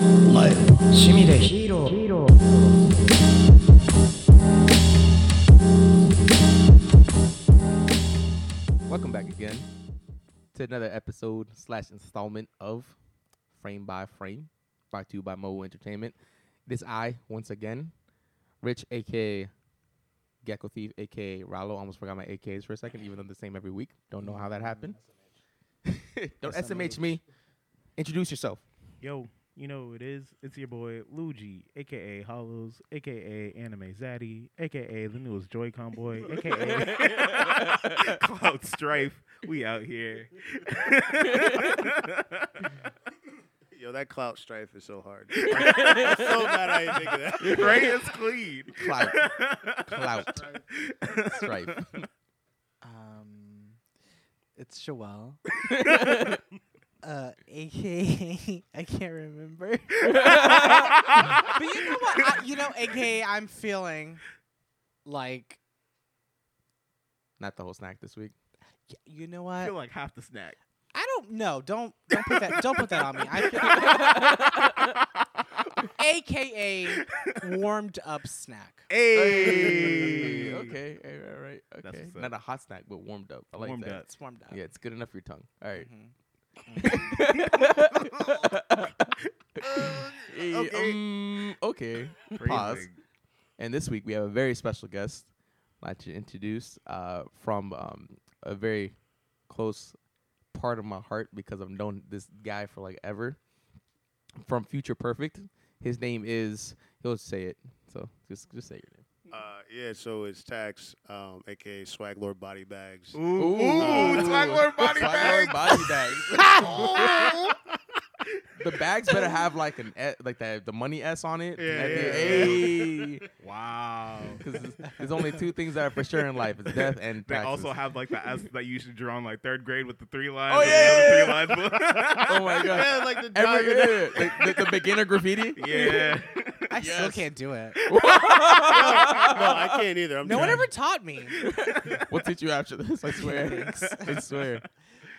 お前趣味でヒーローヒーロー Welcome back again to another episode slash installment of Frame by Frame by Two by Mo Entertainment. This I once again, Rich, aka Gecko Thief, aka Rallo. Almost forgot my AKs for a second, even though they're the same every week. Don't know how that happened. Don't SMH me. Introduce yourself. Yo, you know who it is. It's your boy Luigi, aka Hollows, aka Anime Zaddy, aka the newest Joy-Con boy, aka Cloud Strife. We out here. yo that clout strife is so hard I'm so glad I didn't think of that right? It's clean. Clout. Clout. Strife. Um, it's Shawal. uh, AKA, I can't remember. but you know what? I, you know, AKA, I'm feeling like, Not the whole snack this week. you know I feel what? like half the snack. I don't know. Don't don't put that don't put that on me. I feel AKA warmed up snack. Hey. okay. All right. all right, That's Okay. what's up. Not a hot snack, but warmed up. I like Warmed that. up. It's warmed up. Yeah, it's good enough for your tongue. All right. Mhm. Eh, okay. um, okay. Pause. And this week we have a very special guest. I'd like to introduce uh, from um, a very close part of my heart because I've known this guy for like ever. From Future Perfect, his name is. He'll say it. So just just say your name. uh, yeah so it's tax um, aka swag lord body bags Ooh, ooh, it's like Lord Body Swag Bag. Lord body bags. the bags better have like an e- like that the money S on it. Yeah, At the- yeah, Hey. Wow. Because there's only two things that are for sure in life: it's death and They taxes. also have like the S that you should draw in like third grade with the three lines. Oh, and yeah, the other three lines. oh my god! yeah like the Every, giant- the, the- the beginner graffiti. Yeah. I still Yes. can't do it. no I can't either I'm No one trying. ever taught me. We'll teach you after this. I swear. Thanks. I swear.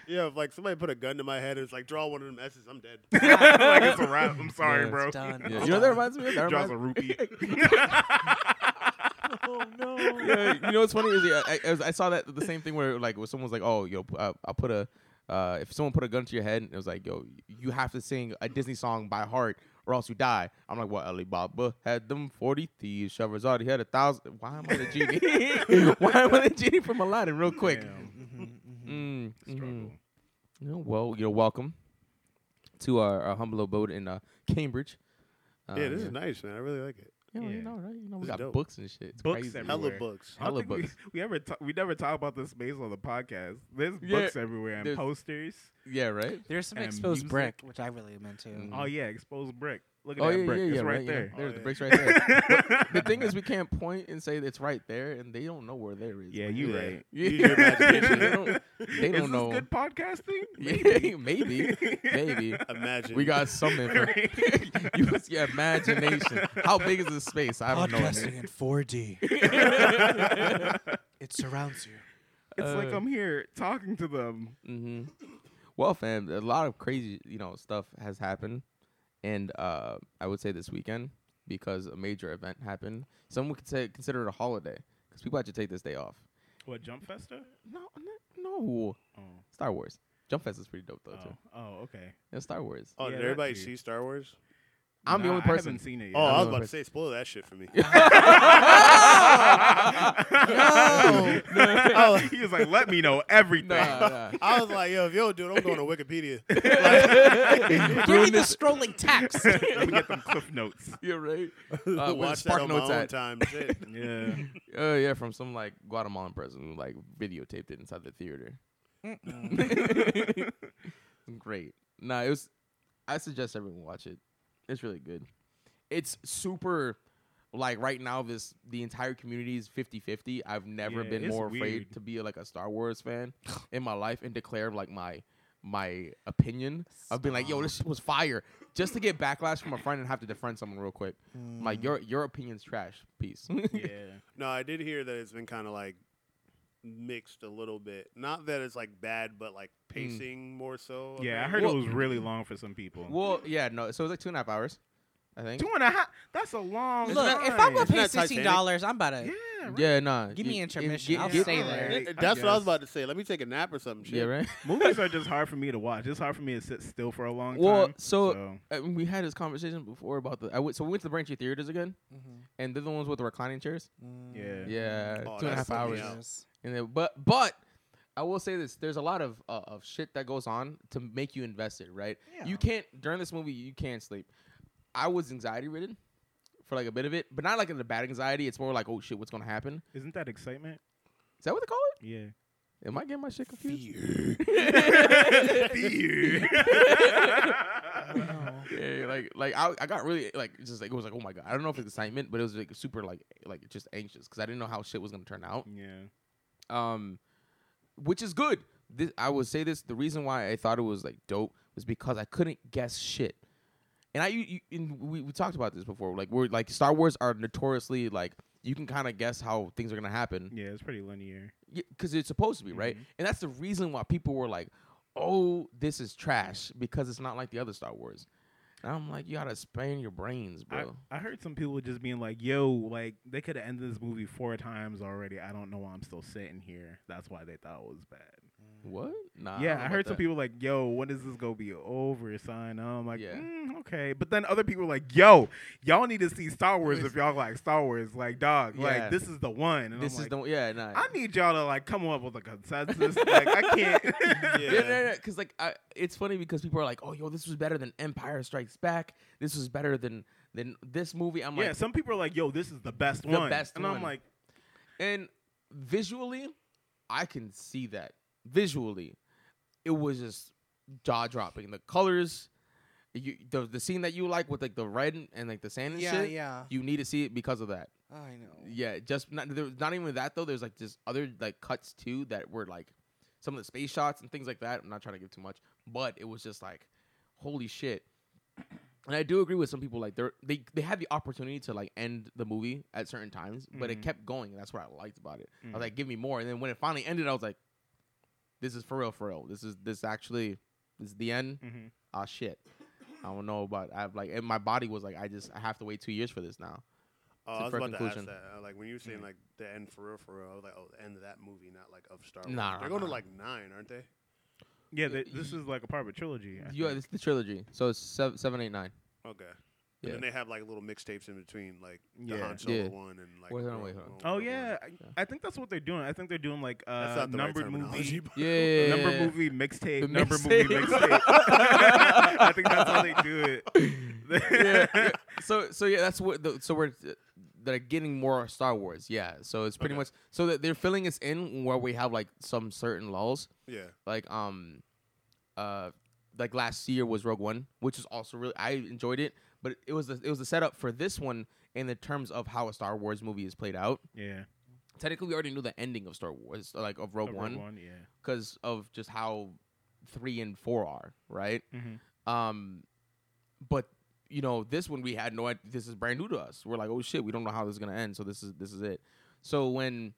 yeah if like somebody put a gun to my head and it's like draw one of them S's I'm dead like it's a wrap. I'm sorry, Yeah. bro. It's done. Yeah, It's You know what that done. reminds me of? That Draws reminds a rupee. Oh no. yeah, you know what's funny is yeah, I, I, was- I saw that the same thing where like where someone was like, "Oh, yo, p- uh, I'll put a uh, if someone put a gun to your head, and it was like, yo, you have to sing a Disney song by heart or else you die." I'm like, "Well, Alibaba had them forty thieves, Shahrazad had a thousand. Why am I the genie? Why am I the genie from Aladdin? Real quick. Damn, Hmm. Mm, mhm. struggle. You know, well, you're welcome to our, our humble abode in uh, Cambridge. Uh, yeah this is nice man I really like it Yeah, well, you yeah. know, right? You know, we This is got dope. books and shit. It's Books crazy. everywhere. hella Everywhere. books I don't Hella think we, books. we ever ta- we never talk about this space on the podcast. There's Yeah, books everywhere and there's- posters. Yeah, right. There's some and exposed music. brick, which I really am into. Mm. Oh yeah, exposed brick. Look at Oh that yeah, brick. yeah, it's yeah, right, yeah. there. Oh, There's the yeah. bricks right there. But the thing is, we can't point and say it's right there, and they don't know where there is. Yeah, man. you Yeah. right. Yeah. Use your imagination. they don't, they Is don't this know. good podcasting? maybe, maybe, maybe. imagine We got some info. Use your imagination. How big is this space? I don't know. Podcasting in 4D. it surrounds you. It's like Uh, I'm here talking to them. Mm-hmm. Well, fam, a lot of crazy, you know, stuff has happened, and uh, I would say this weekend because a major event happened. Some would say consider it a holiday because people had to take this day off. What Jump Festa? No, no, no. Oh, Star Wars. Jump Fest is pretty dope though too. oh, oh okay. And Star Wars. oh Yeah, did that everybody dude. see Star Wars I'm the Nah, only I person. haven't seen it yet. oh I was I'm about the to say spoil that shit for me No. Oh. he was like, "Let me know everything." Nah, nah. I was like yo if you don't do it I'm going to Wikipedia Uh, Give me the scrolling text. Let me get them cliff notes. You're right. Uh, Watch where that Spark on Notes my own at? time shit. Yeah. Uh, yeah, from some like Guatemalan person who like videotaped it inside the theater. Great. Nah, it was. I suggest everyone watch it. It's really good. It's super. Like right now, this the entire community is 50-50. I've never Yeah, been it's more afraid weird. to be like a Star Wars fan in my life and declare like my my opinion. I've been like, yo, this shit was fire, just to get backlash from a friend and have to defend someone real quick. I'm Mm. Like your your opinion's trash. Peace. Yeah. No, I did hear that it's been kind of like mixed a little bit. Not that it's like bad, but like pacing more so. Hmm. Yeah, I heard Well- it was really long for some people. Well, yeah, no. So it was like two and a half hours, I think. Two and a half. That's a long. Look, time. if I'm gonna Isn't pay that Titanic? sixteen dollars, I'm about to. yeah, right. Yeah, nah. Give you- me you- intermission. get- I'll get- stay there. apparently. I That's what I guess. was about to say. Let me take a nap or some shit. Yeah, right. movies are just hard for me to watch. It's hard for me to sit still for a long Well, time. so, uh, we had this conversation before about the. I went, so we went to the Braintree Theaters again, Mhm. and they're the ones with the reclining chairs. Mm-hmm. yeah, Yeah, Oh, two and that's a half something hours. else. And then, but but I will say this: there's a lot of uh, of shit that goes on to make you invested, right? You can't during this movie. You can't sleep. I was anxiety ridden for like a bit of it, but not like in a bad anxiety. It's more like, oh shit, what's gonna happen? isn't that excitement? Is that what they call Yeah, it? Am I getting my shit confused? yeah, like like I, I got really like it's just like it was like oh my god I don't know if it's excitement but it was like super like like just anxious because I didn't know how shit was gonna turn out yeah. um, which is good. This, I would say this: the reason why I thought it was like dope was because I couldn't guess shit. And I, you, you, and we, we talked about this before. Like we're like Star Wars are notoriously like you can kind of guess how things are gonna happen Yeah, it's pretty linear. because it's supposed to be Mm-hmm. right. And that's the reason why people were like, "Oh, this is trash" because it's not like the other Star Wars. And I'm like, you gotta span your brains, I, bro. I heard some people just being like, "Yo, like they could have ended this movie four times already. I don't know why I'm still sitting here. That's why they thought it was bad." what? Nah. don't yeah, know I, about heard some that. people like, "Yo, when is this gonna be over?" Sign. I'm like, Yeah. "Mm, okay, but then other people were like, "Yo, y'all need to see Star Wars if y'all like Star Wars. Like, dog, Yeah. like this is the one." And This I'm is like, the yeah. Nah. I need y'all to like come up with a consensus. like, I can't. Yeah. Yeah, no, no, because like I, it's funny because people are like, "Oh, yo, this was better than Empire Strikes Back. This was better than than this movie." I'm yeah, like, some people are like, "Yo, this is the best The one," best and one. I'm like, and visually, I can see that. Visually, it was just jaw dropping. The colors, you the the scene that you like with like the red and like the sand and Yeah, shit. yeah. You need to see it because of that. I know. Yeah, just not there, not even that though. There's like just other like cuts too that were like some of the space shots and things like that. I'm not trying to give too much, but it was just like, holy shit. And I do agree with some people like they they they had the opportunity to like end the movie at certain times, but it Mhm. kept going. And that's what I liked about it. I Mm. was like, give me more. And then when it finally ended, I was like, this is for real, for real. This is this actually this is the end. Mhm. Ah shit. I don't know about I've like and my body was like I just I have to wait two years for this now. Oh, I It's a was fair about conclusion. Hmm. to ask that. Uh, Like when you were saying like the end for real, for real, I was like, oh, the end of that movie, not like of Star Wars. Nah, They're nah, going to nah. like nine, aren't they? "Yeah, th- this is like a part of a trilogy." I Yeah, think. this is the trilogy. So it's seven, seven, eight, nine. Okay. Yeah. And then they have like little mixtapes in between, like the Yeah. Han Solo Yeah. one and like. Wait, hold on, Rogue- wait, hold on. Rogue Oh One. yeah, I- I think that's what they're doing. I think they're doing like That's uh, not the numbered right terminology, movie, but- Yeah. number movie mixtape, The number movie mixtape. mixtape. I think that's how they do it. yeah, yeah. So so yeah, that's what. The, so we're uh, they're getting more Star Wars. Yeah. So it's pretty Okay. much so that they're filling us in where we have like some certain lulls. Yeah. Like um, uh, like last year was Rogue One, which is also really I enjoyed it, but it was the, it was the setup for this one in the terms of how a Star Wars movie is played out. yeah, Technically, we already knew the ending of Star Wars, like of Rogue, Number One, 'cause One, one, yeah. because of just how three and four are right. Mm-hmm. Um, but you know, this one we had no. id- This is brand new to us. We're like, oh shit, we don't know how this is gonna end. So this is this is it. So when,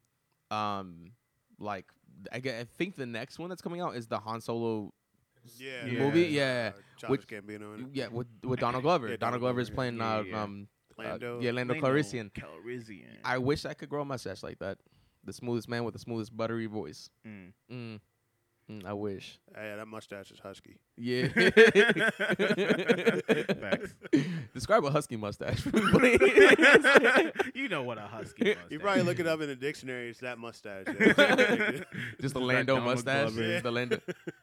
um, like I, gue- I think the next one that's coming out is the Han Solo. Yeah. Uh, The movie? Yeah. Childish Which- Gambino in it. Yeah, with with Donald Glover. Yeah, Donald Donald Glover is Glover, playing. yeah, uh, yeah, yeah. Um, uh, Lando. yeah, Lando Calrissian. Calrissian. I wish I could grow a mustache like that. The smoothest man with the smoothest buttery voice. Mm. Mm. Mm, I wish. Yeah, that mustache is husky. Yeah. Facts. Describe a husky mustache, please. you know what a husky. You mustache probably is. look it up in the dictionary. It's that mustache. Just the Like Lando Donald mustache. Glover. The Lando.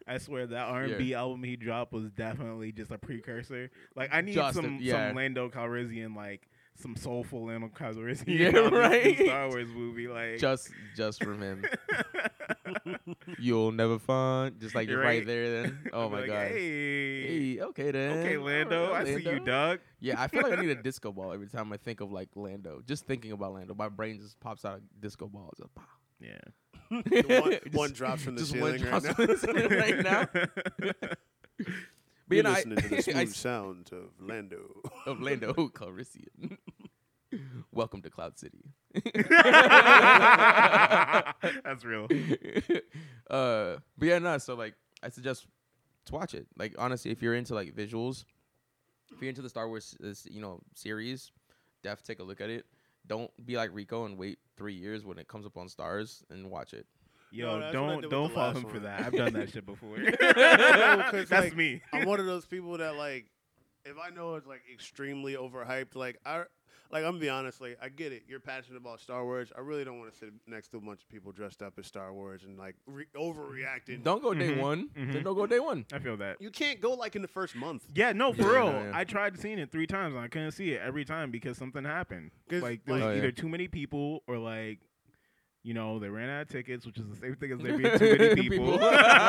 I swear that R and B album he dropped was definitely just a precursor. Like I need Just a- some yeah. some Lando Calrissian, like some soulful Lando Calrissian. Yeah, on this new right. Star Wars movie, like just just from him. You'll never find just like you're right, Right. there then. Oh I'd be my like, god. Hey. Hey, okay then. Okay, All Lando, right, I see you, Lando. Doug. Yeah, I feel like I need a disco ball every time I think of like Lando. Just thinking about Lando, my brain just pops out a disco ball. Just, pow. Yeah. The one- Just- one drops from the just ceiling one right drops from the ceiling right now. But you You're know, I, listening to the I smooth s- sound of Lando. of Lando Calrissian. Welcome to Cloud City. That's real. uh, but yeah, no. So like, I suggest to watch it. Like honestly, if you're into like visuals, if you're into the Star Wars, uh, s- you know, series, def take a look at it. Don't be like Rico and wait three years when it comes up on stars and watch it. Yo, that's what I did don't with don't the fall last him for one. that. I've done that shit before. No, 'cause, That's like, me. I'm one of those people that like, if I know it's like extremely overhyped, like I, like I'm gonna be honest, like I get it. You're passionate about Star Wars. I really don't want to sit next to a bunch of people dressed up as Star Wars and like re- overreacting. Don't go day Mhm, one. mhm. Then don't go day one. I feel that. You can't go like in the first month. Yeah, no, for Yeah, real. no, yeah. I tried seeing it three times and I couldn't see it every time because something happened. 'Cause, Like there was like- Oh, yeah. either too many people or like, you know, they ran out of tickets, which is the same thing as there being too many people.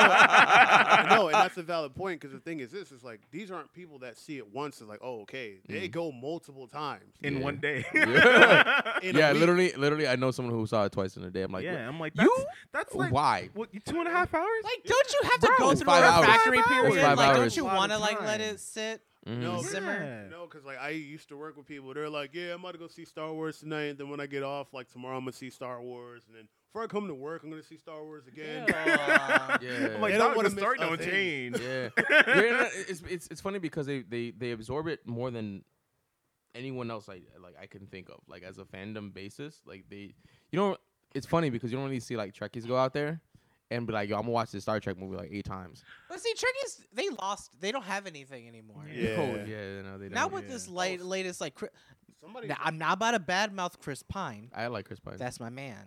no, and that's a valid point because the thing is, this is like these aren't people that see it once. and like, oh, okay, they Mm. go multiple times. in Yeah. one day. Yeah. In a yeah, week. literally, literally, I know someone who saw it twice in a day. I'm like, yeah, I'm like, that's, You- that's like why? what two and a half hours? Like, don't you have to Bro, go it's through five a hours. factory Five hours. period? Five Like, hours. don't you A lot of want to like let time. it sit? Mhm. No, Yeah. Zimmer. No, because like I used to work with people. They're like, yeah, I'm about to go see Star Wars tonight. And then when I get off, like tomorrow, I'm gonna see Star Wars. And then before I come to work, I'm gonna see Star Wars again. Yeah. yeah. I'm like, They don't dog, wanna the miss story a don't thing. change. yeah, Yeah, no, it's, it's it's funny because they, they they absorb it more than anyone else. Like like I can think of like as a fandom basis. Like they, you know, it's funny because you don't really see like Trekkies go out there and be like, yo, I'm gonna watch this Star Trek movie like eight times. But see, Tricky's they lost. They don't have anything anymore. Yeah. Yeah. Oh, yeah, no, they don't. Not with Yeah. this late, latest like. Chri- Somebody, Now, I'm not about to badmouth Chris Pine. I like Chris Pine. That's my man.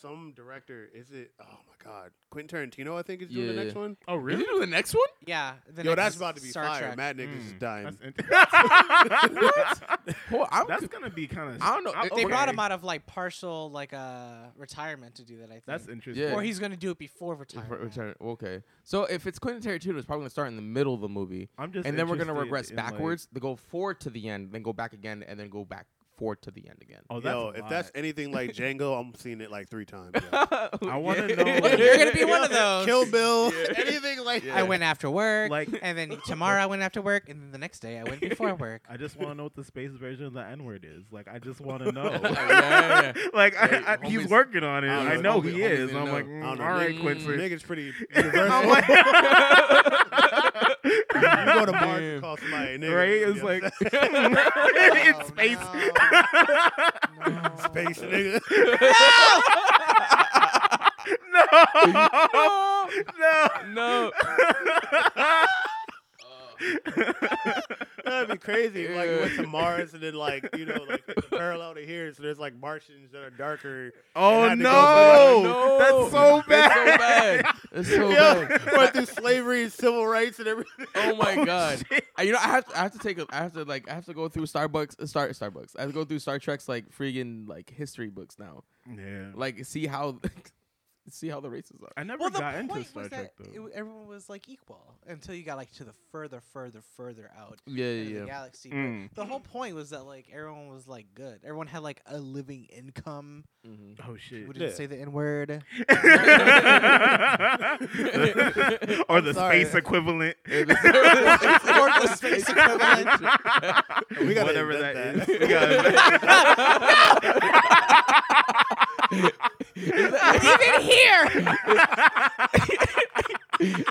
some director, is it? Oh my God, Quentin Tarantino, I think is doing the next Yeah. one. Oh, Did really? you do the next one? Yeah. the Yo, next that's about to be Star fire. Trek. Mad niggas is dying. That's, int- Hold on, I'm That's c- gonna be kind of. I don't know. Oh, They Okay. brought him out of like partial like uh retirement to do that. I think. That's interesting. Yeah. or he's gonna do it before retirement. for- return- Okay, so if it's Quentin Tarantino, it's probably gonna start in the middle of the movie, I'm just and then we're gonna interested regress in, like- backwards, then go forward to the end, then go back again, and then go back forward to the end again. Oh, that's Yo, a if that's lot. anything like Django, I'm seeing it like three times. yo. I want to know. Well, like- you're gonna be one of those. Kill Bill, anything like I went after work, Like- and then tomorrow I went after work, and then the next day I went before work. I just want to know what the space version of the N word is. Like, I just want to know. yeah, yeah. like, Hey, I, I, he's homies- working on it. I don't I know, know homie- he homies is. didn't I'm know. like, I mm, all don't know. right, niggas- Quincy. Nigga's pretty universal. you go to Mars and call somebody a nigga. Right? you It's know like what it's space. I'm saying? space nigga. no, no. no. That'd be crazy. if, Like you went Yeah. to Mars and then like you know like the parallel to here, so there's like Martians that are darker. Oh had to go no, that's so bad. That's so Yeah, bad. That's so bad. went through slavery and civil rights and everything. Oh my god! I, you know, I have to, I have to take, a, I have to like, I have to go through Starbucks, uh, Star Starbucks. I have to go through Star Trek's like freaking like history books now, Yeah, like see how, see how the races are. I never Well, the got into point Star was Trek that it, though. w- everyone was like equal until you got like to the further, further, further out Yeah, into the yeah, yeah. galaxy. But Mm. The whole point was that like everyone was like good. Everyone had like a living income. Mhm. Oh People shit! didn't Yeah. say the n word. or the sorry. space equivalent. Mm-hmm. the space equivalent. We gotta Whatever invent that that. is. We gotta- Even here,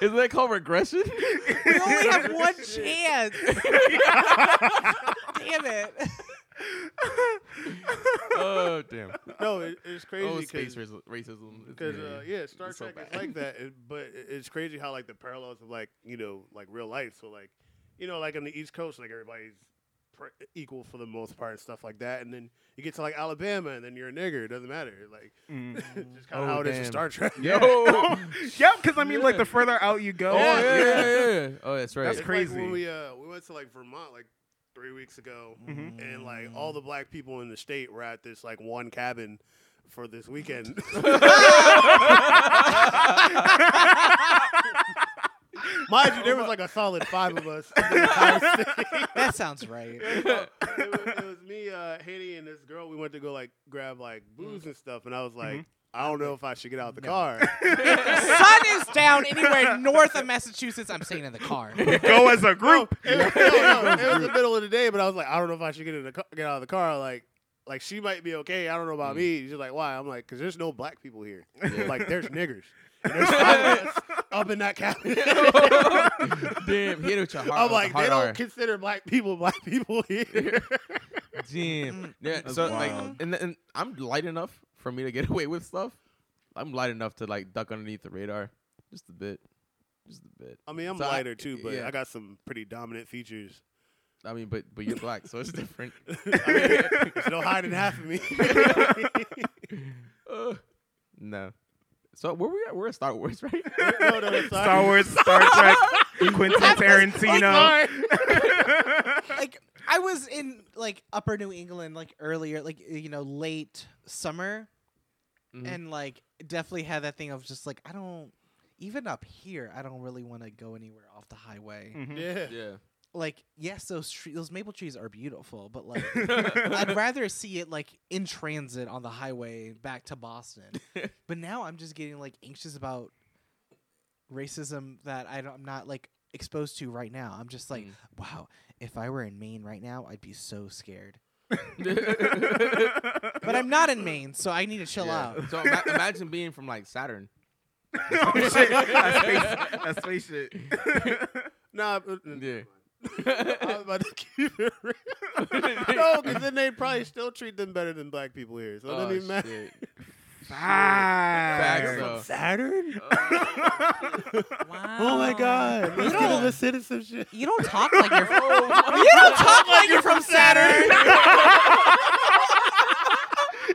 Is that called regression? we only have one chance. Damn it! oh damn! No, it, it's Oh, crazy space because raci- racism. It's- because uh, yeah, Star It's so Trek is bad. like that. It, but it- it's crazy how like the parallels of like you know like real life. So like you know like on the East Coast, like everybody's pr- equal for the most part and stuff like that. And then you get to like Alabama, and then you're a nigger. It doesn't matter. Like Mm. just kind Oh, of how it is with damn. Star Trek. Yo. yep, because Mm. I mean, like Yeah. the further out you go, Oh yeah, yeah, yeah, yeah. Oh, that's right. That's It's crazy. Like when we uh we went to like Vermont like three weeks ago, Mhm. and like all the black people in the state were at this like one cabin for this weekend. Mind you, there was like a solid five of us. in the entire city. That sounds right. it, was, it was me, uh, Haney, and this girl. We went to go like grab like booze and stuff, and I was like, I don't know if I should get out the car. If the Mm-hmm. sun is down anywhere north of Massachusetts, I'm staying in the car. go as a group. It was, no, no, it was the middle of the day, but I was like, I don't know if I should get in the car, get out of the car. Like, like Mm. she might be okay. I don't know about me. She's like, why? I'm like, because there's no black people here. Like, there's niggers. And there's five of us up in that cabinet. Damn, hit it with your heart. I'm like, they don't consider black people black people here. Mm. Damn. Yeah, That's so like, wild. and, and I'm light enough for me to get away with stuff. I'm light enough to like duck underneath the radar, just a bit, just a bit. I mean, I'm So I- lighter too, but yeah. I got some pretty dominant features. I mean, but but you're black, so it's different. I mean, there's no hiding half of me. Ugh. no. So where we at? We're at Star Wars, right? no, no, no, sorry. Star Wars, Star Trek, Quentin Tarantino. like I was in like upper New England like earlier, like you know, late summer Mhm. and like definitely had that thing of just like I don't even up here, I don't really want to go anywhere off the highway. Mhm. Yeah. yeah. Like, yes, those tre- those maple trees are beautiful, but like I'd rather see it like in transit on the highway back to Boston. but now I'm just getting like anxious about racism that I don't, I'm not like exposed to right now. I'm just like, Mm. wow, if I were in Maine right now, I'd be so scared. Mm-hmm. But I'm not in Maine, so I need to chill Yeah. out. So ima- imagine being from like Saturn. oh shit, that's space, that's space shit. Nah, but- Yeah. I was about to keep it real. no, because then they probably still treat them better than black people here. So it Oh, doesn't even matter. shit. Facts. Facts, though. Saturn? Wow. Oh my god. You Let's get Oh him don't, a citizenship. you don't talk like you're from, you don't talk like you're from Saturn.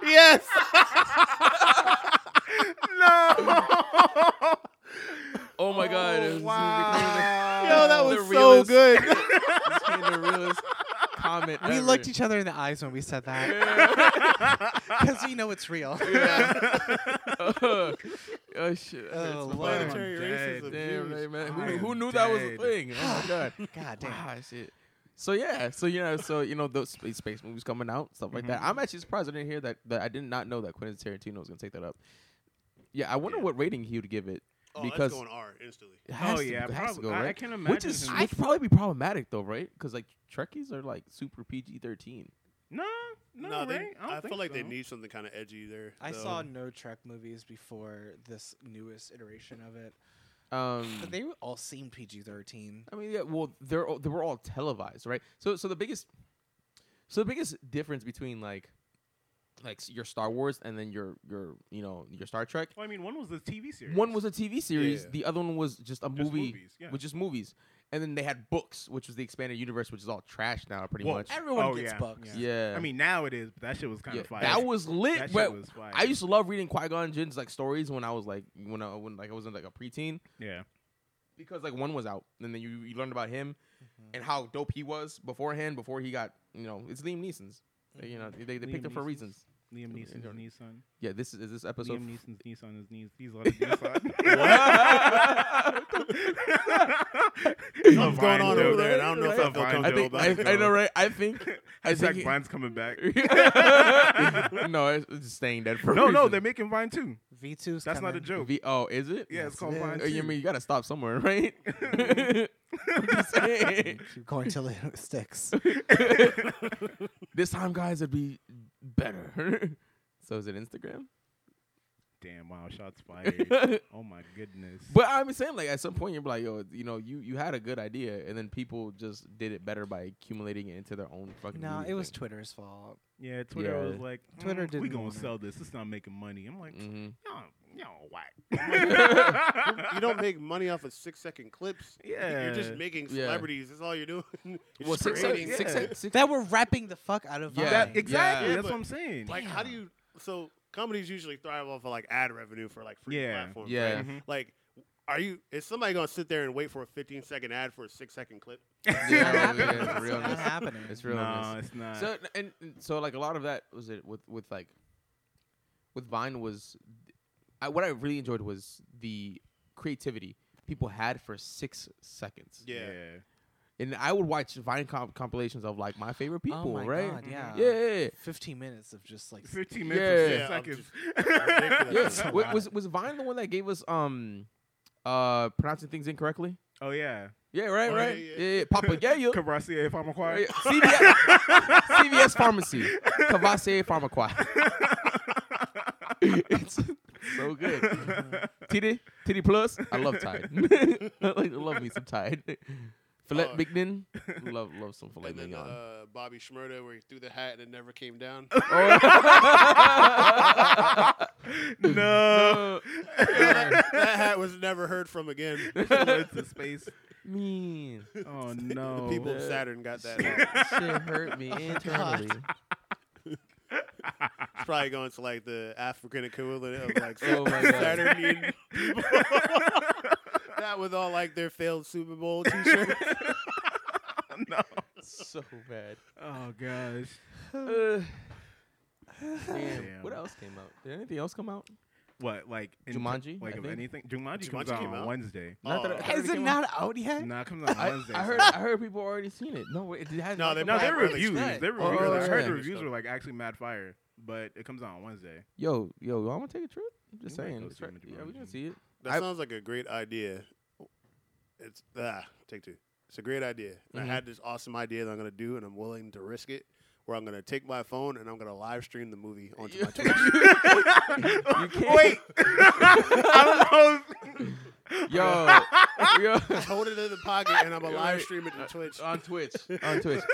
Yes. no. Oh my god. it was- Yo, that Oh, The was so realest- good. This became the realest comment We ever. looked each other in the eyes when we said that because we know it's real. oh shit. that Oh, hurts my Lord. body. Planetary dead. racism. Damn, huge. right, man. I Who, am who knew that was a dead. thing? Oh my god. God damn. Ah, shit. So yeah, so you know, so you know, those space, space movies coming out, stuff like that. I'm actually surprised I didn't hear that. That I did not know that Quentin Tarantino was gonna take that up. Yeah, I wonder what rating he would give it Oh, because that's going R instantly. it has Oh to, yeah, it has to probably. go, I- I, right? can imagine. Which is him- would probably be problematic though, right? Because like Trekkies are like super PG-13. no, no, they, right? I, don't I, think feel like they so. need something kind of edgy there. I though. saw no Trek movies before this newest iteration of it, Um, but they all seemed PG thirteen. I mean, yeah. Well, they're all, they were all televised, right? So, so the biggest, so the biggest difference between like, like s- your Star Wars and then your your you know your Star Trek. Well, I mean, one was the TV series. One was a TV series. Yeah. The other one was just a Just movie, movies, yeah. with just movies. And then they had books, which was the expanded universe, which is all trash now, pretty Whoa. much. Everyone Oh, gets yeah, books. yeah. Yeah. I mean, now it is, but that shit was kind yeah, of fire. that was lit. That shit but was fire. I used to love reading Qui Gon Jinn's like stories when I was like when I when like I was in like a preteen yeah. because like one was out and then you, you learned about him Mm-hmm. and how dope he was beforehand before he got you know it's Liam Neeson's. They- You know they, they Mm-hmm. Liam picked him for Neeson's? reasons. Liam Neeson's Neeson's niece son. Yeah, this is, is this episode. Liam Neeson's niece on his knees. He's on his niece son. Something's going on over there, and I don't know if I Right. feel I I comfortable think about I, it. I know right. I think I Hashtag think Vine's coming back. no, it's, it's staying dead for a No, no, reason. they're making Vine too. V two's That's not a joke. V- oh, is it? Yeah, it's called it Vine Uh, you too. mean you gotta stop somewhere, right? I'm just saying. Keep going till it sticks. this time, guys, it'd be better. so is it Instagram? Damn, wow, shots fired. Oh my goodness. but I'm saying, like, at some point, you're like, yo, you know, you you had a good idea, and then people just did it better by accumulating it into their own fucking. no, media it was thing. Twitter's fault. yeah, Twitter Yeah. was like, Twitter Twitter did we didn't gonna want it. sell this. It's not making money. I'm like, Mhm. y'all, y'all whack. you don't make money off of six second clips. You're just Yeah. making Yeah. celebrities. That's all you're doing. You're Well, just six, creating- sec- six, yeah. sec- six, That were rapping the fuck out of Yeah. Vine. That- That, exactly. Yeah, that's but- what I'm saying. Like, how do you. So, comedies usually thrive off of like ad revenue for like free Yeah. platforms. Yeah. right? Mhm. Like, are you. Is somebody going to sit there and wait for a 15 second ad for a six second clip? yeah, yeah, It's yeah, not it's realness. happening. It's realness. no, it's not. So and, and so like a lot of that was it with with like with Vine was I, what I really enjoyed was the creativity people had for six seconds. Yeah. And I would watch Vine comp- compilations of like my favorite people, Oh my right? God, yeah. Yeah, yeah, yeah. Fifteen minutes of just like. 15 minutes Yeah, I'm and six ridiculous. Yeah, That's a wa- was was Vine the one that gave us um uh pronouncing things incorrectly? oh, yeah. Yeah, right, Oh, yeah, right. yeah. Yeah, yeah. Papa Gayo. Cabrassia, if I'm acquired. CVS, CVS Pharmacy, Cavassier Pharmaqua. it's so good. TD, Titty Plus. I love Tide. like, I love me some Tide. Filet Oh. mignon. Love love some filet And then mignon. uh, Bobby Shmurda, where he threw the hat and it never came down. Oh. no. Uh, that, that hat was never heard from again. Went to space. mean. Oh the no. people of Yeah. Saturn got that. Shit hat. hurt me internally. It's probably going to like the African equivalent of like Oh my God. Saturnian people. that with all like their failed Super Bowl T-shirts. so bad. Oh gosh. Uh, Damn. damn. What else came out? Did anything else come out? What like in Jumanji, Like I of think. anything? Jumanji, comes Jumanji out came on out? Wednesday. Oh, that I- okay. Is it not out yet? Nah, it comes out on I, Wednesday. I heard so- I heard people already seen it. No, wait, it hasn't. No, like, they come No, out. their Black really reviews. good. Their Oh, reviews. I yeah. heard the reviews were like actually mad fire, but it comes out on Wednesday. Yo, yo, y'all want to take a trip? I'm just We might saying. go it's see right- them at yeah, we can Jumanji. see it. That I- sounds like a great idea. It's ah, take two. It's a great idea. And Mm-hmm. Mhm. I had this awesome idea that I'm gonna do, and I'm willing to risk it. Where I'm gonna take my phone and I'm gonna live stream the movie onto my Twitch. Wait, I don't know. yo, yo, I hold it in the pocket and I'm gonna live stream it Uh, to Twitch. on Twitch, on Twitch.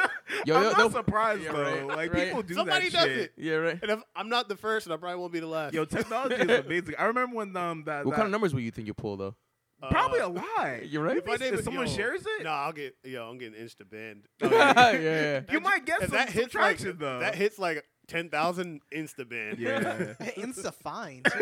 Yo, I'm yo, not no, surprised Yeah, though. right, like right. people do Somebody that does shit. it. yeah, right. And if I'm not the first, and I probably won't be the last. Yo, technology is amazing. I remember when um that, What kind that- of numbers would you think you pull though? Uh, probably a lie. You're right. If, I my name if is- someone yo, shares it, No, I'll get yo. I'm getting insta banned. yeah, yeah. you might get If some, that some hits like traction though. that hits like ten thousand insta banned. yeah. Insta fine. Too.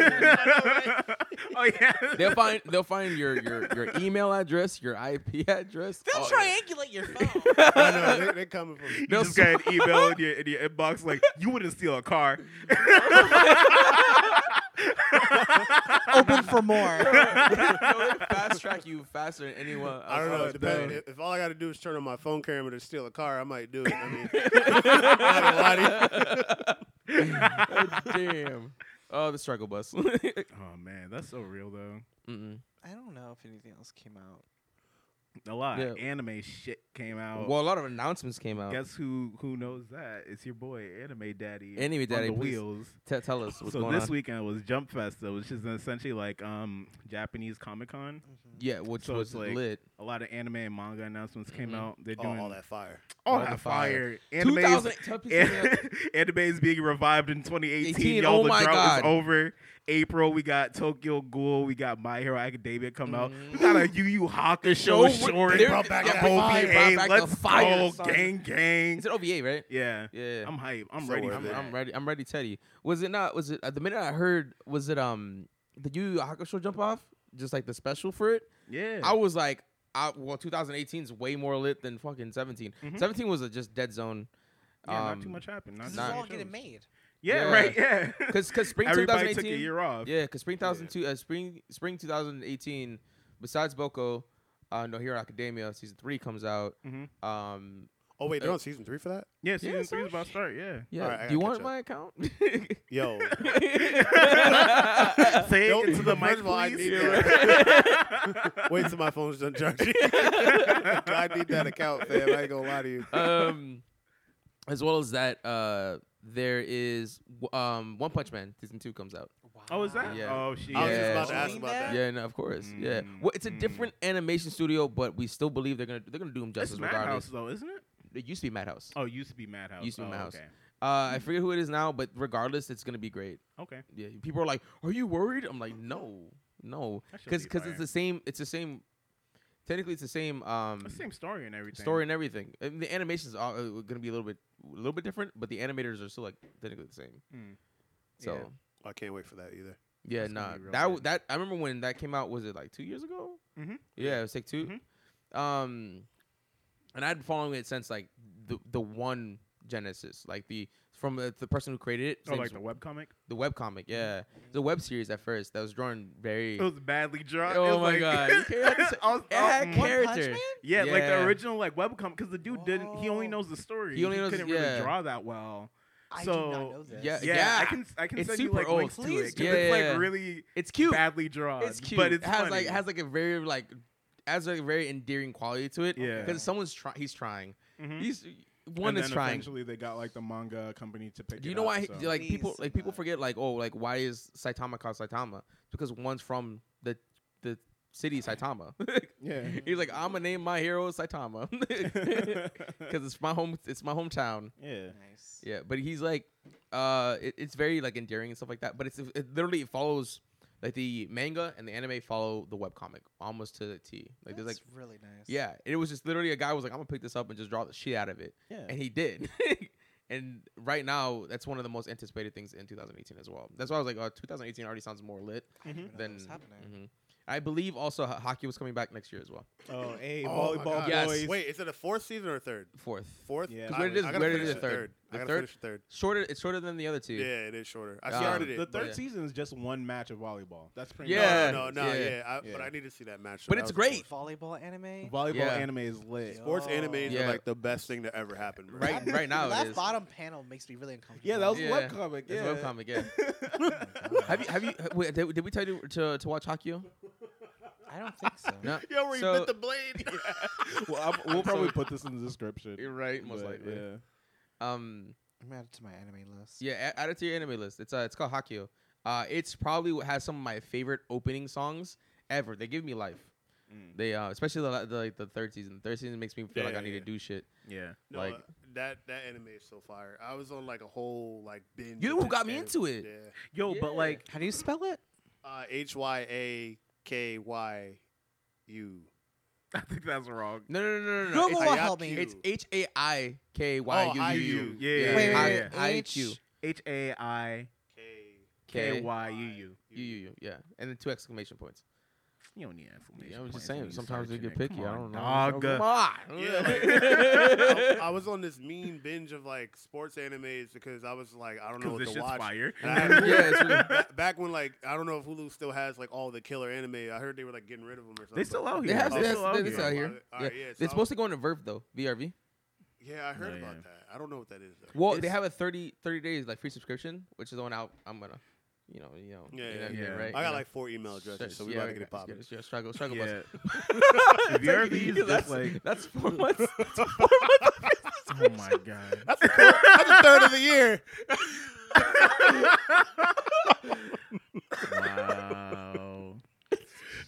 oh yeah. They'll find they'll find your your your email address, your IP address. They'll all- triangulate your phone. I know they, they're coming from. me. You just got an email in your, in your inbox like you wouldn't steal a car. Open for more. Yo, they fast track you faster than anyone. I don't know. else It depends. does. If, if all I got to do is turn on my phone camera to steal a car, I might do it. I mean, oh, I'm not gonna lie to you. Damn. Oh, the struggle bus. Oh man, that's so real though. Mm-mm. I don't know if anything else came out. A lot Yeah. uh, anime shit came out. Well, a lot of announcements came out. guess who who knows that? It's your boy Anime Daddy. Anime on Daddy, the please. wheels. Te- tell us what's so going this on. weekend was Jump Festa, which is essentially like um Japanese Comic Con. Mm-hmm. yeah, which So was it's like- lit. A lot of anime and manga announcements came Mhm. out. They're Oh, doing all that fire. all All that the fire. fire. Anime is- 2000 tell people something else. anime is being revived in 2018. 18, Y'all, oh the my drought God. is over. April, we got Tokyo Ghoul. We got My Hero Academia coming out. Mhm. We got a Yu Yu Yo, Hakusho what- short. they're- brought back a that Bobby fire, A. brought back the Let's fire, go, son. gang, gang. Is it OVA, right? Yeah, Yeah. I'm hype. I'm So ready. worth for I'm, it. that. I'm ready. I'm ready, Teddy. Was it not? Was it at the minute I heard? Was it um the Yu Yu Hakusho jump off? Just like the special for it. Yeah, I was like, I, well, 2018 is way more lit than fucking 17. Mhm. 17 was a just dead zone. yeah, not too um, much happened. Not This too is Nah. many all shows. getting made. Yeah, Yeah. right. Yeah, Because because spring everybody took a 2018. year off. Yeah, because spring 2002, uh, spring spring 2018. Besides Boko, uh, No Hero Academia season three comes out. Mhm. Um, Oh wait, they're on season three for that. yeah. Season Yeah, three so is about to start. Yeah. yeah. Alright, I Do you gotta want catch my account? Yo, Say it Don't- into the first mic, of all, I please. need that. wait till my phone's done charging. I need that account, fam. I ain't gonna lie to you. um, as well as that, uh, there is w- um One Punch Man season two comes out. Oh, is that? Yeah. Oh, shit. I was Yeah. just about to ask Doing about that? that. Yeah, no, of course. Yeah, Mm, well, it's a mm. different animation studio, but we still believe they're gonna they're gonna do them That's justice Madhouse, regardless. though, isn't it? It used to be Madhouse. Oh, it used to be Madhouse. Used to be oh, Madhouse. Okay. Uh, I forget who it is now, but regardless, it's gonna be great. okay. Yeah, people are like, "Are you worried?" I'm like, "No, no," That should because be fire. it's the same. It's the same. Technically, it's the same um It's the same story and everything. story and everything. And the animations are uh, going to be a little bit a little bit different, but the animators are still like technically the same. Mm. So Yeah. I can't wait for that either. yeah, That's gonna nah, be real that w- good. that I remember when that came out. Was it like two years ago? Mhm. Yeah, it was like 2 Mm-hmm. Um, and I'd been following it since like the the one Genesis, like the from the, the person who created it. his Oh, name like is- the Mm-hmm. webcomic? the webcomic, yeah. The web series at first that was drawn very. It was badly drawn. Oh It was my like- God, you can't say- I was- It I- had mm. One Punch character. Man? yeah, like the Yeah. original like webcomic because the dude didn't. He only Oh. knows the story. He only knows- couldn't yeah. really draw that well. I So- do not know this. Yeah, Yeah, I Yeah. can I can It's send you super like old. links to it Please 'cause do. it's Yeah. like really It's cute. badly drawn. It's cute, but it's it has funny. like it has like a very like has a very endearing quality to it. Yeah. because someone's trying. He's trying. Mm-hmm. Mhm. He's one and is then trying. Eventually, they got like the manga company to pick. Do it you know up, why? so- Like Please uh, people, do like people that. forget. Like oh, like why is Saitama called Saitama? It's because one's from the the city Saitama. Yeah. He's like, I'm gonna name my hero Saitama because it's my home. It's my hometown. yeah. Nice. Yeah, but he's like, uh, it, it's very like endearing and stuff like that. But it's it literally follows like the manga and the anime follow the webcomic almost to the T. Like there's like, That's really nice. yeah, it was just literally a guy was like, I'm gonna pick this up and just draw the shit out of it, Yeah. and he did. and right now, that's one of the most anticipated things in 2018 as well. That's why I was like, oh, 2018 already sounds more lit I didn't even know that than. was happening. Mhm. I believe also ho- hockey was coming back next year as well. Oh, hey, Oh my volleyball God. Yes. boys. Wait, is it a fourth season or a third? Fourth. Fourth. Yeah. 'Cause Because I- what it is- I gotta what it finish is, the third. third. The I gotta third? finish the third. Shorter. It's shorter than the other two. Yeah, it is shorter. I Um, started it. The but- third yeah. season is just one match of volleyball. That's pretty Yeah. much No, no, no, Yeah. yeah. I, But Yeah. I need to see that match. But That was it's great. cool. Volleyball anime. Volleyball Yeah. anime is lit. Yo. Sports Oh. animes Yeah. are like the best thing to ever happen. bro. Right. Right now left it is. bottom panel makes me really uncomfortable. Yeah, that was Yeah. a webcomic. It's Yeah. a webcomic, yeah. have you, have you, wait, did, did we tell you to, to watch Hakio? I don't think so. No. Yo, where So- you bit the blade. well, I'll- we'll probably put this in the description. You're right, most but, likely. Yeah. Um, I'm added to my anime list. yeah, a- add it to your anime list. It's uh, it's called Hakio. Uh, it's probably what has some of my favorite opening songs ever. They give me life. Mm. They uh, especially the, la- the like the third season. The third season makes me feel Yeah, like I yeah, need yeah. to do shit. Yeah. No, Like- uh, that that anime is so fire. I was on like a whole like binge. You're of the one who this got me anime. into it. Yeah. Yo, Yeah. but like, How do you spell it? Uh, H y a k y u. I think that's wrong. No, no, no, no, no. No, it's but Hayaki. what help me? it's H A I K Y Oh, U U. IU. Yeah, Yeah, yeah, wait, yeah. wait, I- I- H- you. H A I K K K Y Y U U. U U U. Yeah, and then two exclamation points. You don't need information. Yeah, I was just points when saying. you Sometimes we searching get it. Come picky. I don't on, know. Dog. Come on. Yeah, like, I, I was on this mean binge of like sports animes because I was like, I don't know what to Because this shit's watch. fire. And I had- Yeah, it's really- ba- back when like I don't know if Hulu still has like all the killer anime. I heard they were like getting rid of them or something. They still out They here. have Oh, they have- so okay. it's out here. All right, Yeah. yeah, so They're I'll- supposed to go into VERV though, VRV. Yeah, I heard Yeah, about yeah. that. I don't know what that is. Though. Well, they It's- have a 30, 30 days like free subscription, which is the one out. I'm gonna, you know, you know, Yeah, you yeah, know, yeah. right. I you got know. like four email addresses, so we yeah, about to get it let's popping. it. Yeah, struggle, struggle bus. Yeah. It's VRV is just that's, like- that's four months. That's four Oh my god. That's a third, that's a third of the year. wow.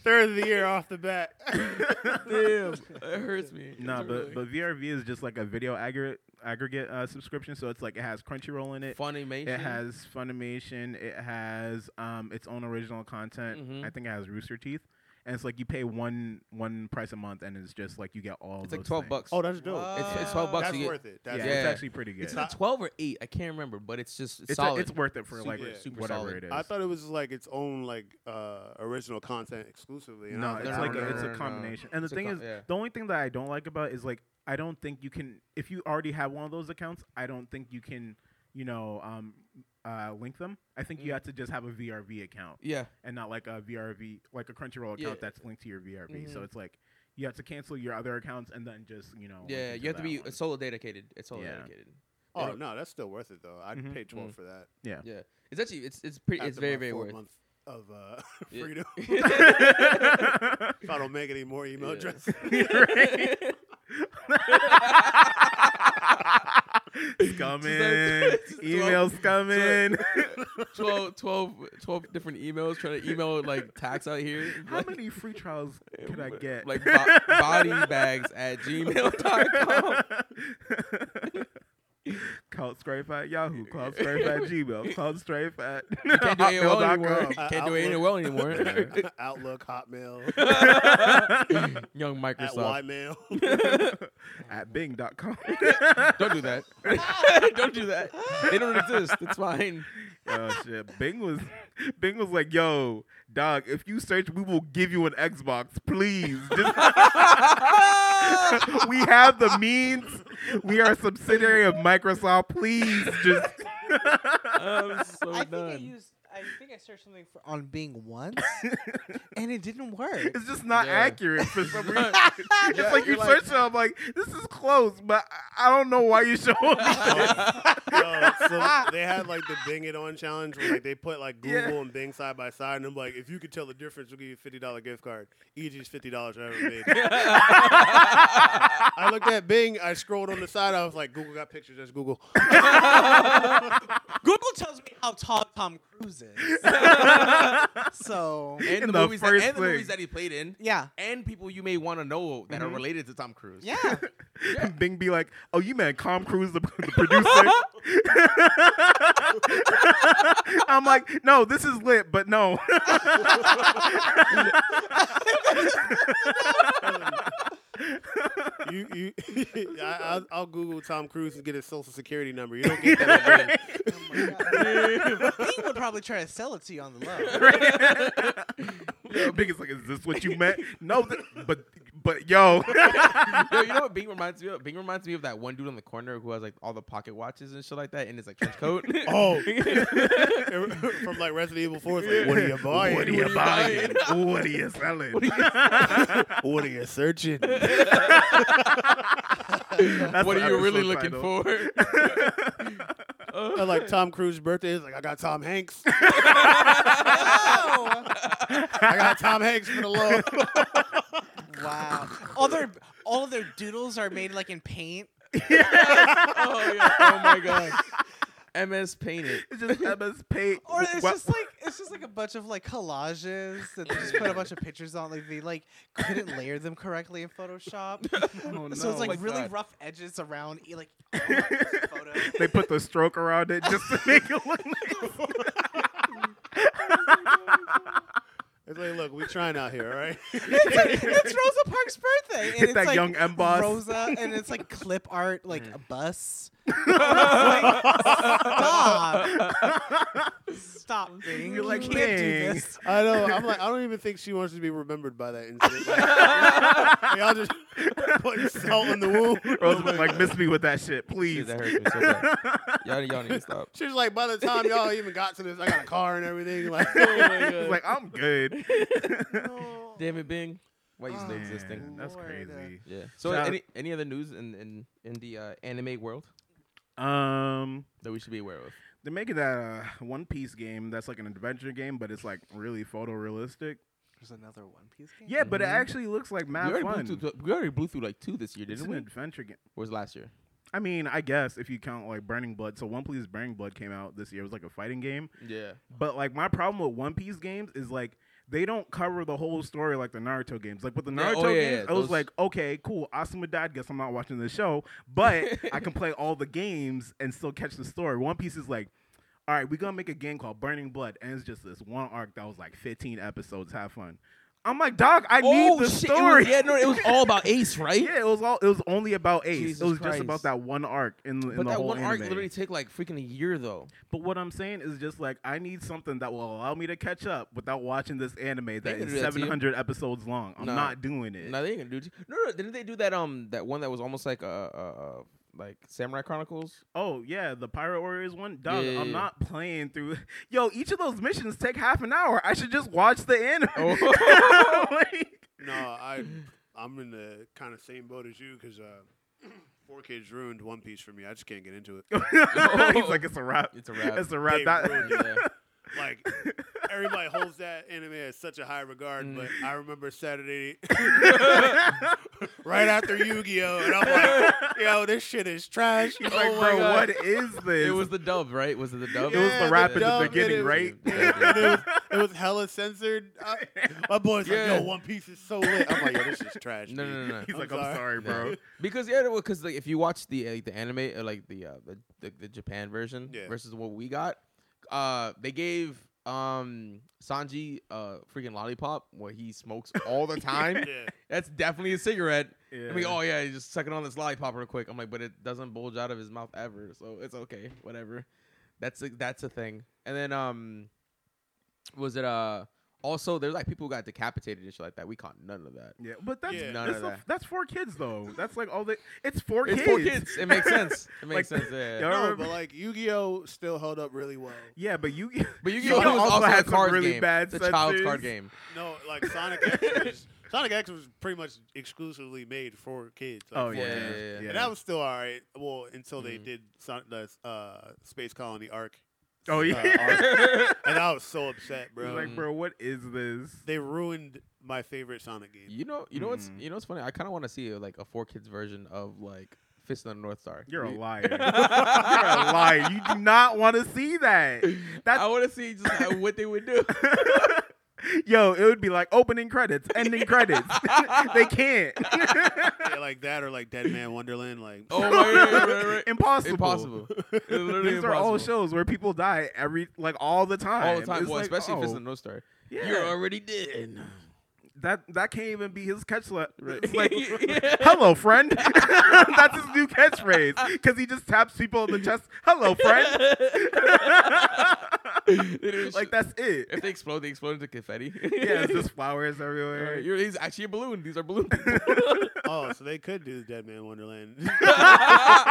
Third of the year off the bat. damn, it hurts me. Nah, It's but really- but VRV is just like a video aggregate aggregate uh, subscription. So it's like it has Crunchyroll in it. Funimation. It has Funimation. It has um, its own original content. Mhm. I think it has Rooster Teeth, and it's like you pay one one price a month, and it's just like you get all. It's those like twelve things. Oh, bucks. that's Wow. it's, it's twelve bucks. That's you get- worth it. Yeah, That's Yeah. it's actually pretty good. It's either twelve or eight. I can't remember, but it's just it's it's, a- solid. it's worth it for like Super- super whatever solid. it is. I thought it was like its own like uh, original content exclusively. and I no, was it's no, like I no, a, don't it's know. no, a no. combination. And uh, the It's a thing com- is, yeah. the only thing that I don't like about it is like I don't think you can if you already have one of those accounts, I don't think you can, you know, um, uh, link them. I think Mm. you have to just have a VRV account yeah, and not like a VRV like a Crunchyroll account Yeah. that's linked to your VRV. So Mhm. it's like you have to cancel your other accounts and then just you know. link yeah. into You have to that be one. it's solo dedicated. It's solo Yeah. dedicated. Oh no, that's still worth it though. I'd Mhm. pay 12 for that. Yeah, it's actually it's it's pretty Mm-hmm, it's After very my very four worth. month of uh, Yeah. freedom. if I don't make any more email Yeah. addresses. scumming, Just like- emails coming. 12, 12, 12 different emails trying to email like tax out here. How Like- many free trials could I get? Like bo- body bags at gmail.com. Cloud Strife at Yahoo, Cloud Strife at Gmail, Cloud Strife at You can't do it well anymore. You hotmail.com. Uh, can't do it Outlook. well anymore. Outlook, Hotmail, Young at Microsoft. Ymail. at Bing.com. Don't do that. don't do that. They don't exist. It's fine. oh shit. Bing was Bing was like, yo, dog, if you search, we will give you an Xbox, please. Just- we have the means. We are a subsidiary of Microsoft. Please just I I'm so think I done. used. I think I searched something for on Bing once, and it didn't work. It's just not Yeah. accurate for some reason. not- it's Yeah, like you you're like- search it, I'm like, this is close, but I I don't know why you showing me. this. Yo, so they had like the Bing It On challenge where like they put like Google and Bing side by side, and I'm like, if you could tell the difference, we'll give you a fifty dollar gift card. EG's fifty dollars I ever made. I looked at Bing. I scrolled on the side. I was like, Google got pictures. That's Google. Google tells me how tall Tom Cruise is. so and the, the movies that, first and the movies place. that he played in, yeah, and people you may want to know that are related to Tom Cruise. yeah. And Bing be like, "Oh, you meant Tom Cruise, the, the producer?" I'm like, "No, this is lit, but no." You, you, I, I'll, I'll Google Tom Cruise and get his social security number. You don't get that. on Bing. He would probably try to sell it to you on the low. Bing is like, "Is this what you meant?" No, th- but but yo, Yo, you know what Bing reminds me of? Bing reminds me of that one dude on the corner who has like all the pocket watches and shit like that in his like trench coat. Oh, from like Resident Evil Four, it's like, what are you buying? what are you buying? What are you selling? What are you searching? That's what the are you really episode looking title. for? I like Tom Cruise's birthday. It's like I got Tom Hanks. I got Tom Hanks for the low. Wow. All their all of their doodles are made like in paint. oh, yeah. oh my god. MS painted. It's just Emma's paint. Or it's Wha- just like it's just like a bunch of like collages that they just put a bunch of pictures on. Like they like couldn't layer them correctly in Photoshop. So it's like my really God. rough edges around e- like all of these photos. they put the stroke around it just to make it look nice. It's like, look, we trying out here, all right? it's, it's Rosa Parks' birthday. And Hit it's that like young M boss. Rosa, and it's like clip art, like a bus. Stop. Stop, Bing. You're like, you can't do "Bing." this. I know. I'm like, I don't even think she wants to be remembered by that incident. Like, y'all just putting salt in the wound. Rose was like, "Miss me with that shit, please." Dude, that hurts me so bad. Y'all, y'all need to stop. She's like, by the time y'all even got to this, I got a car and everything. Like, Oh Oh It's like I'm good. Damn it, Bing. Why you still Oh, Man, existing? That's Lord. crazy. Yeah. So Shout- any any other news in in in the uh, anime world Um, that we should be aware of? they're making that uh, One Piece game that's like an adventure game, but it's like really photorealistic. There's another One Piece game. Yeah, but it Mhm. actually looks like We mad already, fun. blew through, we already blew through like two this year, it's didn't an we? adventure game. Or was it last year? I mean, I guess if you count like Burning Blood, so One Piece Burning Blood came out this year. It was like a fighting game, Yeah. but like my problem with One Piece games is like they don't cover the whole story like the Naruto games. Like with the Yeah, Naruto oh, yeah, games, yeah, I was those- like, okay, cool, Asuma died. Guess I'm not watching the show, but I can play all the games and still catch the story. One Piece is like. All right, we're gonna make a game called Burning Blood, and it's just this one arc that was like 15 episodes. Have fun. I'm like, dog, I need the Oh, shit! story. It was, yeah, no, it was all about Ace, right? Yeah, it was all. It was only about Ace. Jesus it was Christ. just about that one arc in, the- in But the that whole one arc anime. literally take like freaking a year though. But what I'm saying is just like I need something that will allow me to catch up without watching this anime that can is do that to you. 700 episodes long. I'm No. not doing it. No, they ain't gonna do. it. No, no, didn't they do that? Um, that one that was almost like uh, uh, uh like Samurai Chronicles. Oh yeah, the Pirate Warriors one. Dog, Yeah, yeah, I'm yeah. not playing through. Yo, each of those missions take half an hour. I should just watch the anime. Oh. Like- no, I, I'm in the kind of same boat as you because uh, Four Kids ruined One Piece for me. I just can't get into it. He's like, it's a wrap. Oh. It's a wrap. It's a wrap. They That- ruined it. yeah. like everybody holds that anime as such a high regard, but I remember Saturday right after Yu-Gi-Oh, and I'm like, yo, this shit is trash. Oh He's You like, Oh my bro, God. what is this? It was the dub, right? Was it the dub? It was the rap at the dub, beginning, it- right? It, it was, it was hella censored. I, my boy's Yeah. like, yo, One Piece is so lit. I'm like, yo, this is trash. No, dude." no, no, no. He's I'm like, I'm sorry. sorry, bro. Because yeah, because like if you watch the uh, the anime, uh, like the, uh, the the the Japan version Yeah. versus what we got, uh, they gave um Sanji uh freaking lollipop where he smokes all the time. Yeah. That's definitely a cigarette. I mean, Yeah. oh yeah, he's just sucking on this lollipop real quick. I'm like, but it doesn't bulge out of his mouth ever, so it's okay, whatever. That's a, that's a thing. And then um, was it uh also there's like people who got decapitated and shit like that. We caught none of that. Yeah, but that's Yeah. None that's, of a- that. that's four kids though. That's like all they. It's four It's kids. for kids. It makes sense. It makes Like, sense. Yeah. yo, No, but like Yu-Gi-Oh still held up really well. Yeah, but you. But you Yu-Gi-Oh also, also had had some card really game. bad It's a child censors. card game. No, like Sonic X is Sonic X was pretty much exclusively made for kids. like, Oh, for yeah, kids. yeah, yeah, Mm-hmm. And yeah. that was still all right. Well, until they Mhm. did Son- the uh, space colony arc, Oh yeah. and I was so upset, bro. like, bro, what is this? they ruined my favorite Sonic game. You know, you know what's Mm. you know what's funny? I kind of want to see like a four kids version of like Fist on the North Star. You're a We- liar. You're a liar. You do not want to see that. I That's want to see just how- what they would do. yo. It would be like opening credits, ending credits. they can't. Yeah, like that or like Dead Man Wonderland. Like, Oh my god, right, right, right. Impossible. impossible. It's literally These are all impossible. shows where people die every like all the time. all the time. It's Well, like, especially Fist oh, on the North Star. yeah, You're already dead. that that can't even be his catchline. It's like, Yeah. hello, friend. That's his new catchphrase because he just taps people in the chest. Hello, friend. It is- like that's it. If they explode, they explode into confetti. yeah, it's just flowers All everywhere. right, you're, he's actually a balloon. These are balloon people. oh, so they could do Dead Man Wonderland. Oh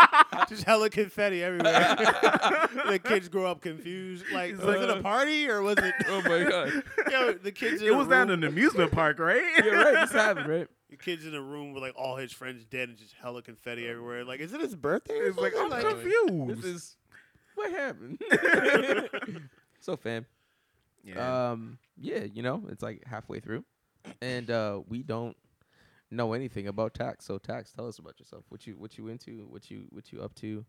Just hella confetti everywhere. the kids grow up confused. Like, It's was it a like- party or was it? oh my god. Yo, the kids. In it a was room, down in an amusement park, right? You're right. This happened, right? The kids in a room with like all his friends dead and just hella Oh confetti everywhere. Like, is it his birthday? or It's like I'm something? confused. This is what happened. so fam. Um, yeah, you know, it's like halfway through, and uh, we don't know anything about tax. So tax, tell us about yourself. What you what you into? What you what you up to?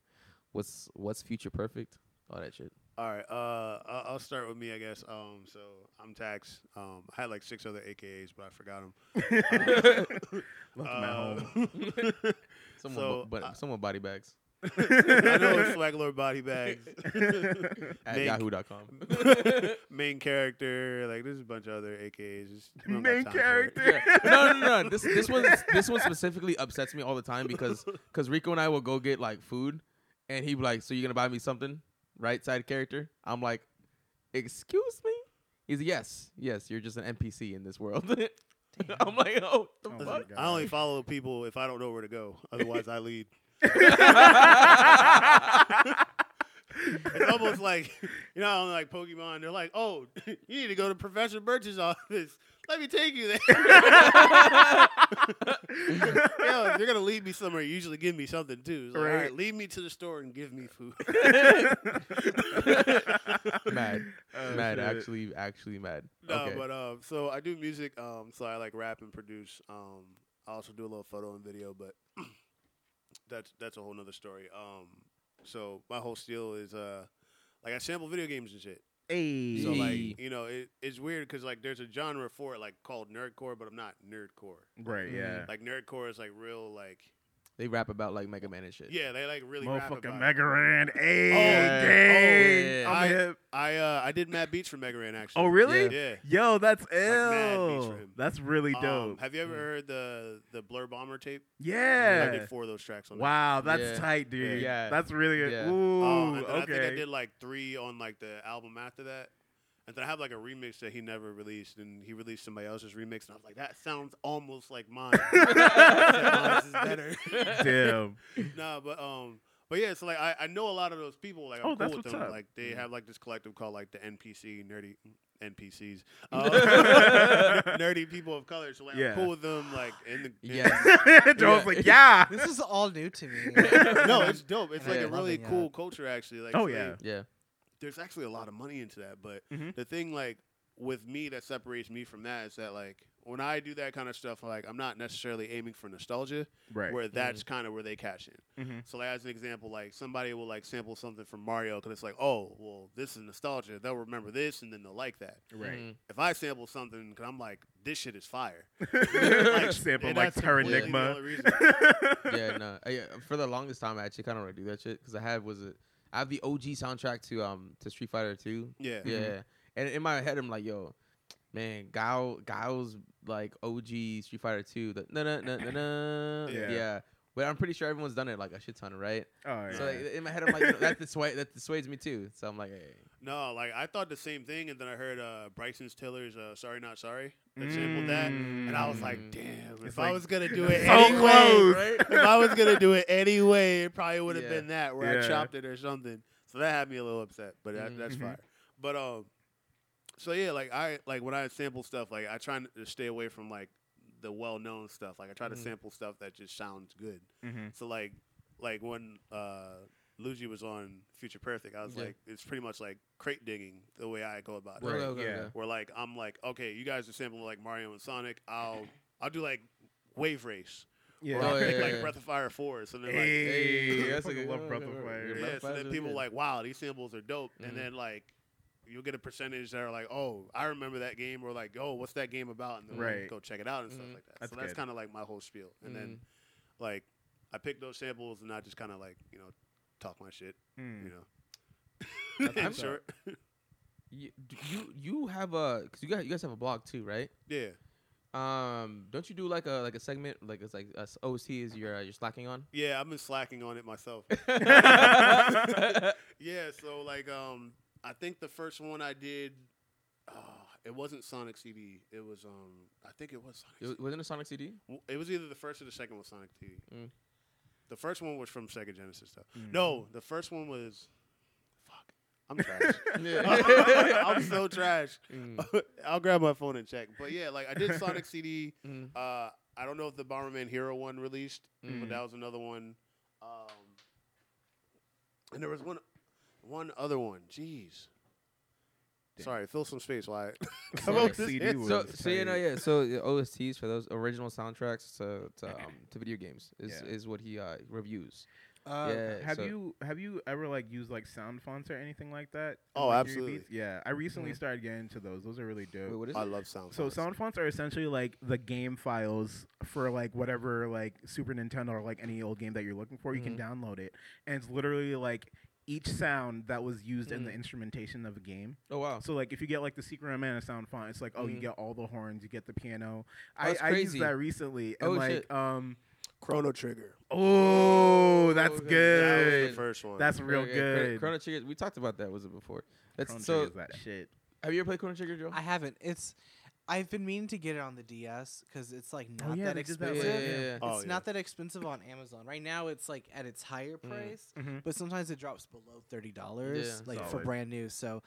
What's what's future perfect? All that shit. All right, uh, I- I'll start with me, I guess. Um, so I'm Tax. Um, I had like six other AKAs, but I forgot them. Left them at Someone, home. Uh, So, bu- but uh, someone body bags I know swag lord body bags. at Make- yahoo.com. main character, like there's a bunch of other AKAs. Just, we don't got Main time for it. character. Yeah. No, no, no, no. This this one this one specifically upsets me all the time because because Rico and I will go get like food, and he be like, "So you gonna buy me something?" Right side character. I'm like, "Excuse me." He's like, yes, yes. You're just an NPC in this world. I'm like, oh, the Oh my fuck. God. I only follow people if I don't know where to go. Otherwise, I lead. It's almost like you know, how in, like Pokemon. They're like, "Oh, you need to go to Professor Birch's office. Let me take you there." Yo, if you're gonna lead me somewhere, you usually give me something too. It's like, All Right. right, lead me to the store and give me food. mad, Oh, mad. shit. Actually, actually mad. No, okay. but um, so I do music. Um, so I like rap and produce. Um, I also do a little photo and video, but that's that's a whole nother story. Um, so my whole steal is uh, like I sample video games and shit. Hey. So Yee. like you know it, it's weird because like there's a genre for it like called nerdcore, but I'm not nerdcore. right, yeah. Like nerdcore is like real like they rap about like Mega Man and shit. yeah they like really rap about Motherfucking it. Megaran. Hey, Oh, dang. yeah. I'm I- hip. I uh I did Mad Beats for Megaran actually. Oh, really? Yeah. Yo, that's mad beats ill. for him. that's really Um, dope. have you ever heard the the Blur Bomber tape? I yeah. did four of those tracks on. that. Wow, that's Yeah. tight, dude. Yeah. That's really good. Yeah. Ooh, Um, and then I think I okay. did like three on like the album after that. And then I have like a remix that he never released, and he released somebody else's remix, and I was like, that sounds almost like mine. Except mine "Oh, is better. Damn. nah, but um, but yeah, so like I, I know a lot of those people. Like I'm Oh, cool that's with what's them. up. Like they have like this collective called like the NPC nerdy NPCs, uh, nerdy people of color. So like Yeah. I'm cool with them. Like in the in- Yes. Joe's Yeah. like, yeah. This is all new to me. no, it's dope. It's And like I a love really it, yeah. cool culture actually. Like Oh, so they- yeah. Yeah. there's actually a lot of money into that. But Mhm. the thing like with me that separates me from that is that like when I do that kind of stuff, like I'm not necessarily aiming for nostalgia, Right. Mm-hmm. where that's kind of where they catch in. Mhm. So like as an example, like somebody will like sample something from Mario because it's like, oh, well, this is nostalgia. They'll remember this and then they'll like that. Mm. If I sample something, because I'm like, this shit is fire. Sample and like that's completely the Terranigma. only reason. Mm-hmm. yeah, no. I, uh, for the longest time, I actually kind of want to do that shit because I have was it. I have the OG soundtrack to um to Street Fighter Two. Yeah. Yeah, and in my head, I'm like, yo, man, Gao Gao's like OG Street Fighter Two. The na na na na na. Yeah. yeah. But I'm pretty sure everyone's done it like a shit ton, right? Oh, yeah. So like, in my head, I'm like, you know, that dissuade that dissuades me too. So I'm like, hey. No, like I thought the same thing, and then I heard uh, Bryson's Tiller's uh, "Sorry Not Sorry" that sampled that, and I was Mm. like, "Damn! if I like was gonna do it so anyway, close. if I was gonna do it anyway, it probably would have Yeah. been that where Yeah. I chopped it or something." So that had me a little upset, but that, Mhm. that's Mhm. fine. But um, so yeah, like I like when I sample stuff, like I try to stay away from like the well known stuff. Like I try to Mm-hmm. sample stuff that just sounds good. Mhm. So like like when uh Luigi was on Future Perfect, I was Yeah. like, it's pretty much like crate digging the way I go about it. Right, Okay, yeah. okay. Where like I'm like, okay, you guys are sampling like Mario and Sonic. I'll I'll do like Wave Race. Yeah. Or I'll Oh, yeah, pick yeah, like yeah. Breath of Fire Four. So then like Hey, Hey, I that's a fucking good- love Breath okay, of okay, Fire. okay. yeah, Breath so of then Fire's people good. like, wow, these samples are dope. Mhm. Mm-hmm. And then like you'll get a percentage that are like, oh, I remember that game, or like, oh, what's that game about? And then like, Right. Mm-hmm. go check it out and Mhm. stuff like that. That's so that's good. Mm-hmm. kind of like my whole spiel. And then like I pick those samples and I just kind of like you know talk my shit, Mm. you know. That's In what's up. short, You, d- you you have a because you guys you guys have a blog too, right? yeah. Um, don't you do like a like a segment like it's like uh, OC is your uh, you're slacking on? Yeah, I've been slacking on it myself. yeah, so like um I think the first one I did uh, it wasn't Sonic CD. It was um I think it was It Sonic. was- Wasn't it Sonic CD? CD. It was either the first or the second was Sonic CD. Mm. The first one was from Sega Genesis though. Mm. No, the first one was fuck. I'm trash. Yeah. I'm so trash. Mm, I'll grab my phone and check. But yeah, like I did Sonic CD. mm, Uh, I don't know if the Bomberman Hero one released, Mm. Mm-hmm. but that was another one. Um, and there was one, one other one. Jeez. Damn. Sorry, fill some space. Why? Sonic CD was- So, It's so you know, tight. yeah. So the OSTs for those original soundtracks to to, um, to video games is, Yeah. is what he uh, reviews. Uh, yeah. Have so- you have you ever like used like sound fonts or anything like that? in, Oh, like, your absolutely. beats? Yeah, I recently Mhm. started getting into those. Those are really dope. Wait, what is I it? love sound. So fonts. sound fonts are essentially like the game files for like whatever like Super Nintendo or like any old game that you're looking for. You can Mm-hmm. download it, and it's literally like each sound that was used in the Mm-hmm. Mm. instrumentation of a game. Oh wow. So like if you get like the Secret of Mana sound font, it's like oh you Mhm. get all the horns, you get the piano. Oh, that's I, I used crazy. that recently, and Oh, like shit. um Chrono Trigger. oh that's That was okay. good. the first one. That's real Okay, Chrono- good. Chrono Trigger. We talked about that. Was it before? That's Chrono so. Trigger's that shit. Have you ever played Chrono Trigger, Joe? I haven't. It's I've been meaning to get it on the DS because it's like Oh, not yeah, that they did yeah, that expensive. right. yeah, Yeah. yeah, yeah. Oh, it's yeah. not that expensive on Amazon right now. It's like at its higher price, Mhm. but sometimes it drops below thirty dollars, Yeah. like for Solid. brand new. So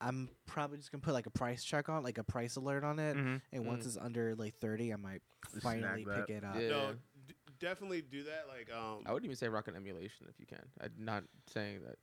I'm probably just gonna put like a price check on, like a price alert on it, Mm-hmm. Mhm. and once Mm. it's under like thirty, I might Just snag finally that. pick it up. Yeah. No, d- definitely do that. Like, um, I would even say rock an emulation if you can. I'm not saying that.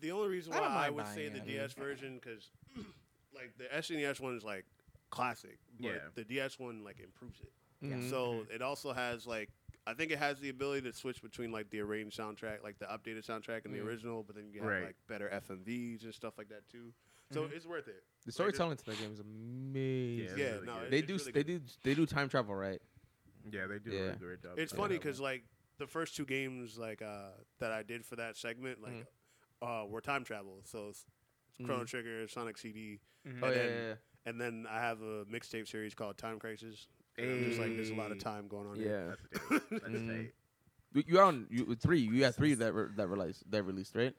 the only reason I why don't I, mind would say buying the it. DS version because, like, the SNES one is like classic, but Yeah. the DS one like improves it. Mhm. So Mm-hmm. it also has like I think it has the ability to switch between like the arranged soundtrack, like the updated soundtrack and Mm. the original, but then you have Right. Mm-hmm. like better FMVs and stuff like that too. So it's worth it. the Like, storytelling to that game is amazing. Yeah, there's- it's Yeah, really no, good. it- They it's do, really they good. do, they do time travel, right? Yeah, they do a Yeah. really great job. It's with funny that one. because like the first two games like uh, that I did for that segment like Mm-hmm. uh, were time travel. So it's Chrono Trigger, Sonic CD, Mhm. Oh, Oh yeah, then- yeah, yeah. and then I have a mixtape series called Time Crisis. And I'm just like there's a lot of Ayy. time going on. yeah. here. That's dope. That's Mhm. tight. You- You on you three? You got three that were that released that released, right?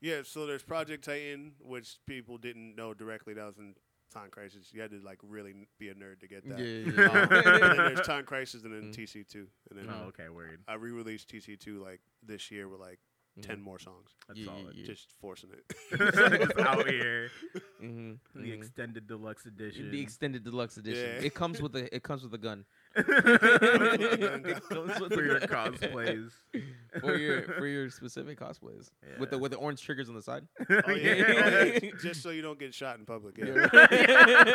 Yeah, so there's Project Titan, which people didn't know directly. That was in Time Crisis. You had to like really n- be a nerd to get that. Um, and then there's Time Crisis, and then Mm. TC2, and then Mm-hmm. Oh, okay, word. I re-released TC2 like this year with like Mm-hmm. ten more songs, That's Yeah, solid. yeah, just forcing Just out it. here. Oh. yeah. Mhm, The mhm. extended deluxe edition. The extended deluxe edition. Yeah. It comes with a it comes with a gun it goes with For your your cosplays. for your for your specific cosplays with the Yeah. with the orange triggers on the side. oh, yeah. Oh, yeah, just so you don't get shot in public. Yeah.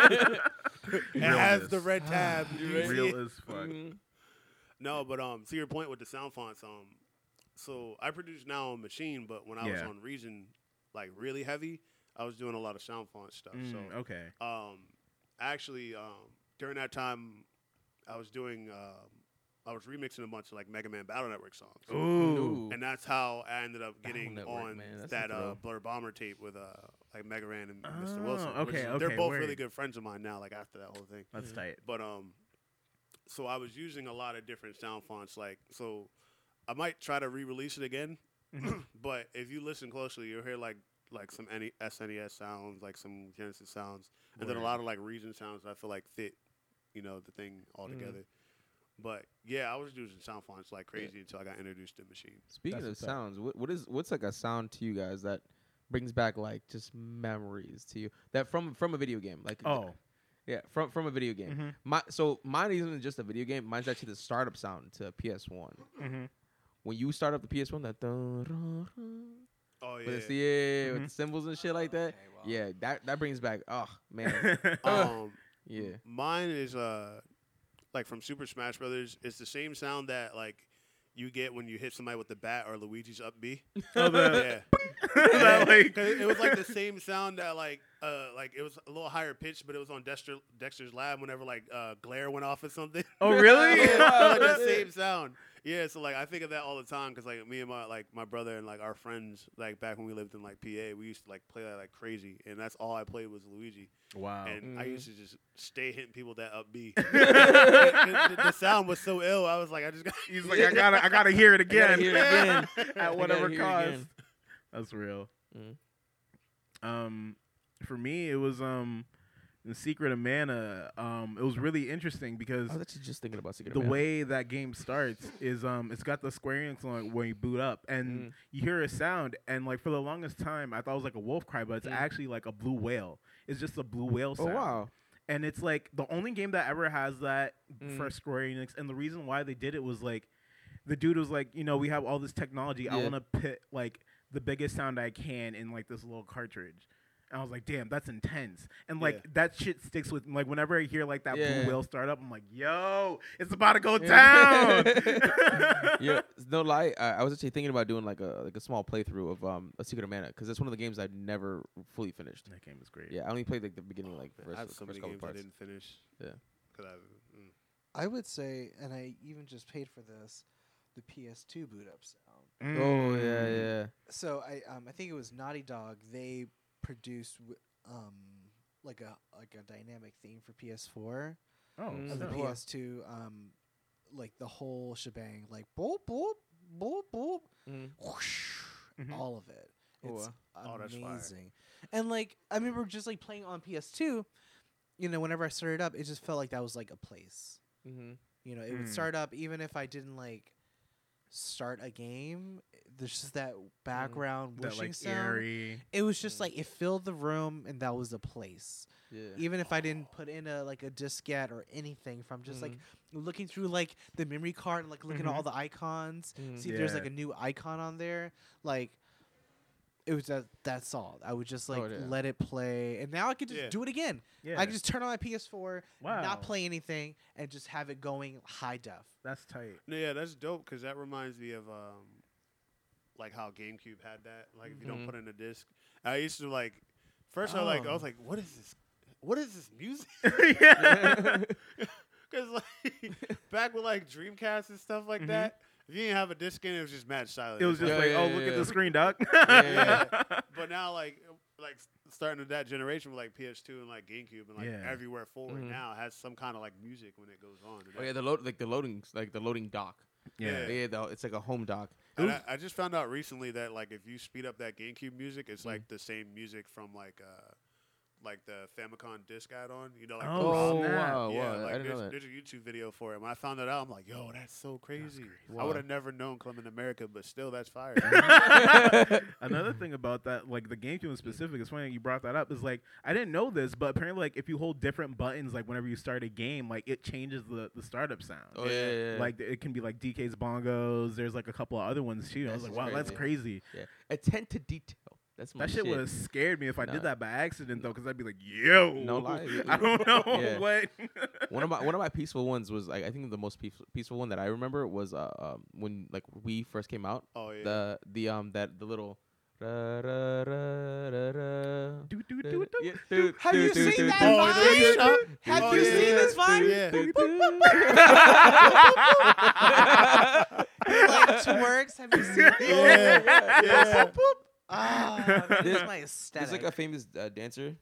It has the Realness. red tab. Do you see it? Mm. Real as fuck. Mhm. No, but um, to your point with the sound fonts, um, so I produce now on Machine, but when I was Yeah. on Reason, like really heavy, I was doing a lot of sound font stuff. so, Mm, okay. um, actually, um, during that time, I was doing, um, I was remixing a bunch of like Mega Man Battle Network songs, Ooh. and that's how I ended up Battle getting Network, on man, that's that the uh, thrill. Ah, Blur Bomber tape with uh, like Mega Man and Oh, Mr. Wilson. which okay, is- they're okay, both really word. good friends of mine now. Like after that whole thing, That's tight. but um, so I was using a lot of different sound fonts. Like, so I might try to re-release it again, Mm-hmm. but if you listen closely, you'll hear like like some E NE SNES sounds, like some Genesis sounds, and then a Word. lot of like Reason sounds. That I feel like fit, you know, the thing Mm-hmm. all Mhm. together. But yeah, I was using sound fonts like crazy until I got introduced to Machine. Speaking That's of what's up. sounds, what, what is what's like a sound to you guys that brings back like just memories to you that from from a video game like Oh, Yeah, from from a video game. Mm-hmm. Mhm. My so mine isn't just a video game. Mine's actually the startup sound to a PS One. Mhm. When you start up the PS One, that dun, Oh yeah. with the yeah, Mhm. with the cymbals and shit like that. Okay, wow. Yeah, that that brings back. Oh man, Mm-hmm. um, yeah. mine is uh, like from Super Smash Brothers. It's the same sound that like you get when you hit somebody with the bat or Luigi's up B. Oh, the, yeah. that, like, 'Cause it was like the same sound that like uh like it was a little higher pitched, but it was on Dexter Dexter's lab whenever like uh glare went off or something. oh really? yeah, like that same sound. Yeah, so like I think of that all the time because like me and my like my brother and like our friends like back when we lived in like PA, we used to like play that like crazy, and that's all I played was Luigi, wow. and I Mhm. used to just stay hitting people with that up B. And the, the sound was so ill, I was like, I just got. He's like, I gotta, I gotta hear it again, hear it again. at whatever hear it cost. Mm. again. That's real. Mhm. Um, for me, it was um, the Secret of Mana. Um, it was really interesting because I was actually just thinking about Secret the of Mana. way that game starts is um it's got the Square Enix on when you boot up and Mm. you hear a sound and like for the longest time I thought it was like a wolf cry but it's Mm. actually like a blue whale. It's just a blue whale Oh sound. wow. And it's like the only game that ever has that Mm. for Square Enix and the reason why they did it was like the dude was like, you know, we have all this technology. I Yeah. want to put like the biggest sound I can in like this little cartridge. And I was like, damn, that's intense. And like that shit sticks with like whenever I hear like that Yeah. blue whale start up, I'm like, yo, it's about to go Yeah. down. yeah, no lie. I, I was actually thinking about doing like a like a small playthrough of um a Secret of Mana because that's one of the games I've never fully finished. That game is great. Yeah, I only played like the beginning, like first, I have so first many couple games I parts. didn't finish. Yeah. 'Cause I, mm. I would say, and I even just paid for this, the PS2 boot up sound. Oh Mm. yeah, yeah. So I, um, I think it was Naughty Dog. They produced, w- um, like a like a dynamic theme for PS4 Oh, Mm. of the so- Wow. PS2, um, like the whole shebang, like boop boop boop boop, Mhm. whoosh, Mhm. all of it. Oh, It's Oh, that's fire. amazing. And like I remember just like playing on PS2. You know, whenever I started up, it just felt like that was like a place. Mm-hmm. You know, it Mm. would start up even if I didn't like start a game. There's just that background That whooshing like sound. eerie. It was just Mm. like it filled the room and that was the place. Yeah. Even if I didn't put in a like a diskette or anything from just like looking through like the memory card and like looking at all the icons, Mhm. see if there's Yeah. like a new icon on there, like it was that that's all. I would just Oh, like yeah. let it play and now I could just Yeah. do it again. Yeah. I could just turn on my PS4, Wow. not play anything and just have it going high def. That's tight. No, yeah, that's dope because that reminds me of um, like how GameCube had that. Like if you Mhm. Mm-hmm. don't put in a disc, I used to like. First, I like I was Oh. like, what is this? What is this music? yeah. Because like back with like Dreamcast and stuff like Mhm. that, if you didn't have a disc in, it was just mad silent. It was just Yeah, like, yeah, oh, yeah, look at yeah. the screen, doc. yeah, But now like like s- starting with that generation with like PS2 and like GameCube and like Yeah. Mm-hmm. everywhere forward Mhm. now has some kind of like music when it goes on. and Oh that- yeah, the load like the loading like the loading dock. Yeah. Yeah, the, it's like a home dock. And I, Oof. I just found out recently that like if you speed up that GameCube music, it's Mm. like the same music from like uh like the Famicom disc add-on. You know, like the Oh, ROM. snap. wow, wow! yeah, I like didn't there's, know that. there's a YouTube video for it. When I found that out, I'm like, yo, that's so crazy. I Wow. would have never known Clem in America, but still, that's fire. Mm-hmm. Another thing about that, like the GameCube in specific, it's funny that you brought that up. Is like I didn't know this, but apparently, like if you hold different buttons, like whenever you start a game, like it changes the the startup sound. Oh yeah, yeah, yeah. Like it can be like DK's bongos. There's like a couple of other ones too. I was That's like, wow, that's crazy. yeah. attend to detail. That's my That shit would have scared me if I Nah. did that by accident though, because I'd be like, yo, No lie, yeah, I don't know yeah. what. one of my one of my peaceful ones was like I think the most peaceful, peaceful one that I remember was uh um, when like we first came out oh yeah, the the um that the little. ra- ra- ra- ra- ra- Do, do, da- do, do, yeah, do. do- Have do- you do- seen do- that do- oh, the vibe? shop? Have Oh, you yeah. seen this vibe? Yeah. do- Like twerks? Have you seen this? Yeah. Yeah. Ah, this There's- is my There's aesthetic. like a famous uh, dancer,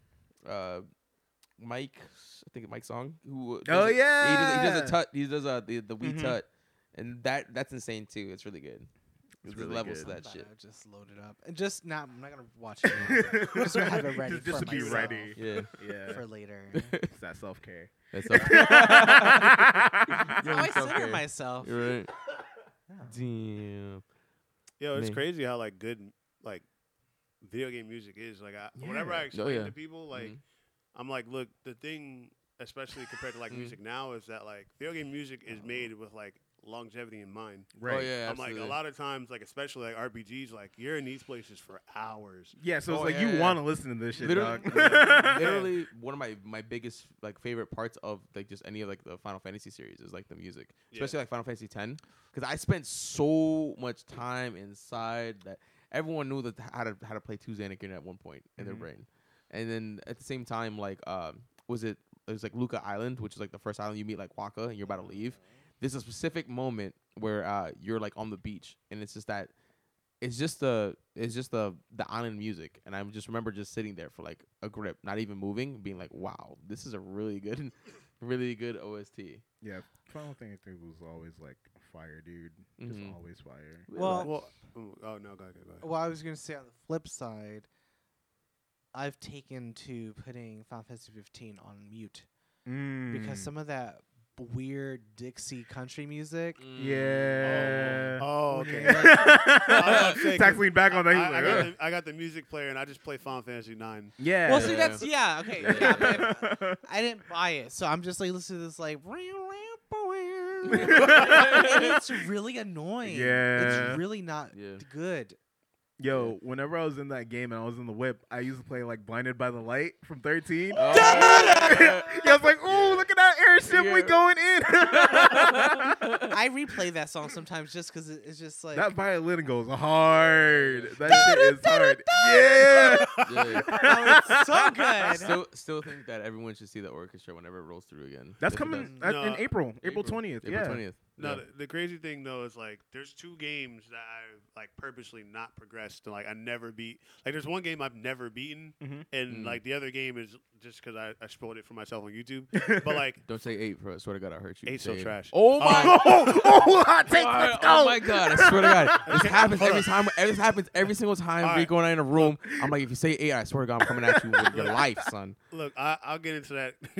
uh, Mike. I think it's Mike Song. Who? uh, Oh, does a- He does, he yeah. does a tut. He does a the the wee Mhm. tut, and that that's insane too. It's really good. It's There's really levels good. to that But shit. I Just load it up. And just not. I'm not gonna watch it. now. I'm just gonna have it ready Just for to be myself ready. Yeah, Yeah, for later. it's that self care. that's That's how I center self-care. myself. You're right. Damn. Yo, it's Man. crazy how like good like video game music is. Like I, whenever I Yeah. explain Oh, yeah. to people, like Mhm. I'm like, look, the thing especially compared to like Mm. music now, is that like video game music is made with like longevity in mind. Right. Oh, yeah, I'm like a absolutely. lot of times, like especially like RPGs, like you're in these places for hours. Yeah, so it's Oh, like yeah, you yeah. want to listen to this shit, literally, dog. yeah, literally one of my, my biggest like favorite parts of like just any of like the Final Fantasy series is like the music, Yeah. especially like Final Fantasy X, because I spent so much time inside that everyone knew that how to how to play two Xanakin at one point in their Mhm. brain, and then at the same time like um was it it was like Luca Island, which is like the first island you meet like Waka and you're about to leave. There's a specific moment where uh you're like on the beach and it's just that it's just the it's just the the island music and i just remember just sitting there for like a grip not even moving being like wow this is a really good really good ost yeah, Final Fantasy III was always like fire, dude. Just Mhm. always fire. Well- well ooh, oh no, go ahead, go ahead. Well, I was going to say on the flip side, I've taken to putting Final Fantasy 15 on mute Mm. because some of that b- weird Dixie country music. Mm. Mm. yeah. Oh, okay. I was gonna say, 'cause Taxing back on that. He's I, I, like, got "Ugh." the, I got the music player and I just play Final Fantasy Nine. yeah. Well, see, Yeah. that's yeah, okay. Yeah, but I- I didn't buy it, so I'm just like listening to this like. and it's really annoying. Yeah. it's really not Yeah. good. Yo, whenever I was in that game and I was in the whip, I used to play like Blinded by the Light from 13. yeah, I was like, ooh, look at that airship Yeah. we going in. Oh, I replay that song sometimes just because it's just like that violin goes hard. That shit is hard. Yeah. Yeah. oh, it's so I good. still still think that everyone should see the orchestra whenever it rolls through again That's If it does. coming that's No. in April, April 20th. April yeah. 20th No, Yeah. the, the crazy thing though is like there's two games that I like purposely not progressed to like I never beat. Like there's one game I've never beaten, Mhm. and Mm. like the other game is just because I, I spoiled it for myself on YouTube. but like don't say eight bro i swear to god i hurt you eight's so Say trash. oh my Um, oh, oh, hot take. All Let's right, go. Oh my god! I swear to God, this Okay, happens hold every on. time. This happens every single time All right. Rico and I in a room. I'm like, if you say eight, I swear to God, I'm coming at you with your life, son. look, I, I'll get into that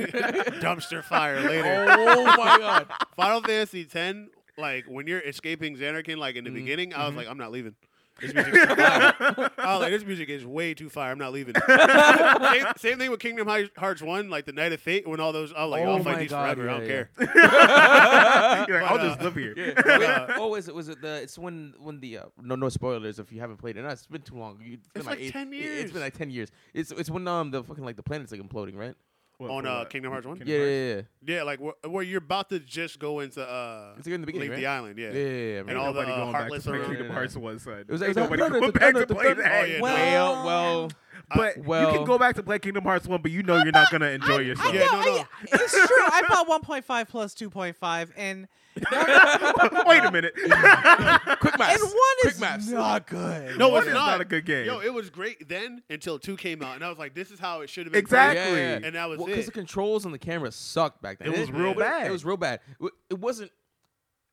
dumpster fire later. Oh my god! Final Fantasy X, like when you're escaping Xanarkin, like in the Mm, beginning, I was mhm. like, I'm not leaving. This music's too fire. I was like, this music is way too fire. I'm not leaving. same, same thing with Kingdom Hi- Hearts One, like the Night of Fate, when all those, I was like, Oh I'll fight my these God, forever. I don't yeah, yeah. care. You're like, But, I'll uh, just live here. But, uh, oh, is it was it the? It's when when the uh, no no spoilers if you haven't played it. No, it's been too long. You- been It's like 10 yeah, It's years. been like ten years. It's it's when um the fucking like the planet's like imploding, right? What, On, for uh, what? Kingdom Hearts one? Yeah, yeah, yeah, yeah. yeah, like where, where you're about to just go into uh, It's like in the beginning, leave right? the island. Yeah. Yeah, yeah, yeah, And right. all the Nobody uh, going back heartless to play around. Kingdom Yeah. Hearts one son. It was Ain't like- nobody no, no, going no, back no, to no, play no. that. Oh, yeah, well, Well- well, But you Well- can go back to play Kingdom Hearts one, but you know you're not gonna enjoy yourself. Oh, Uh, Yeah, no, no, I- no. it's true. I bought 1.5 plus 2.5, and Wait a minute. quick and maps. one quick is maps. not good. No, One it's is not. not a good game. Yo, it was great then until two came out, and I was like, this is how it should have been. Exactly. played. Yeah. And that was Well, it. the controls on the camera sucked back then. It was real Yeah. but it- bad. It was real bad. It- It wasn't.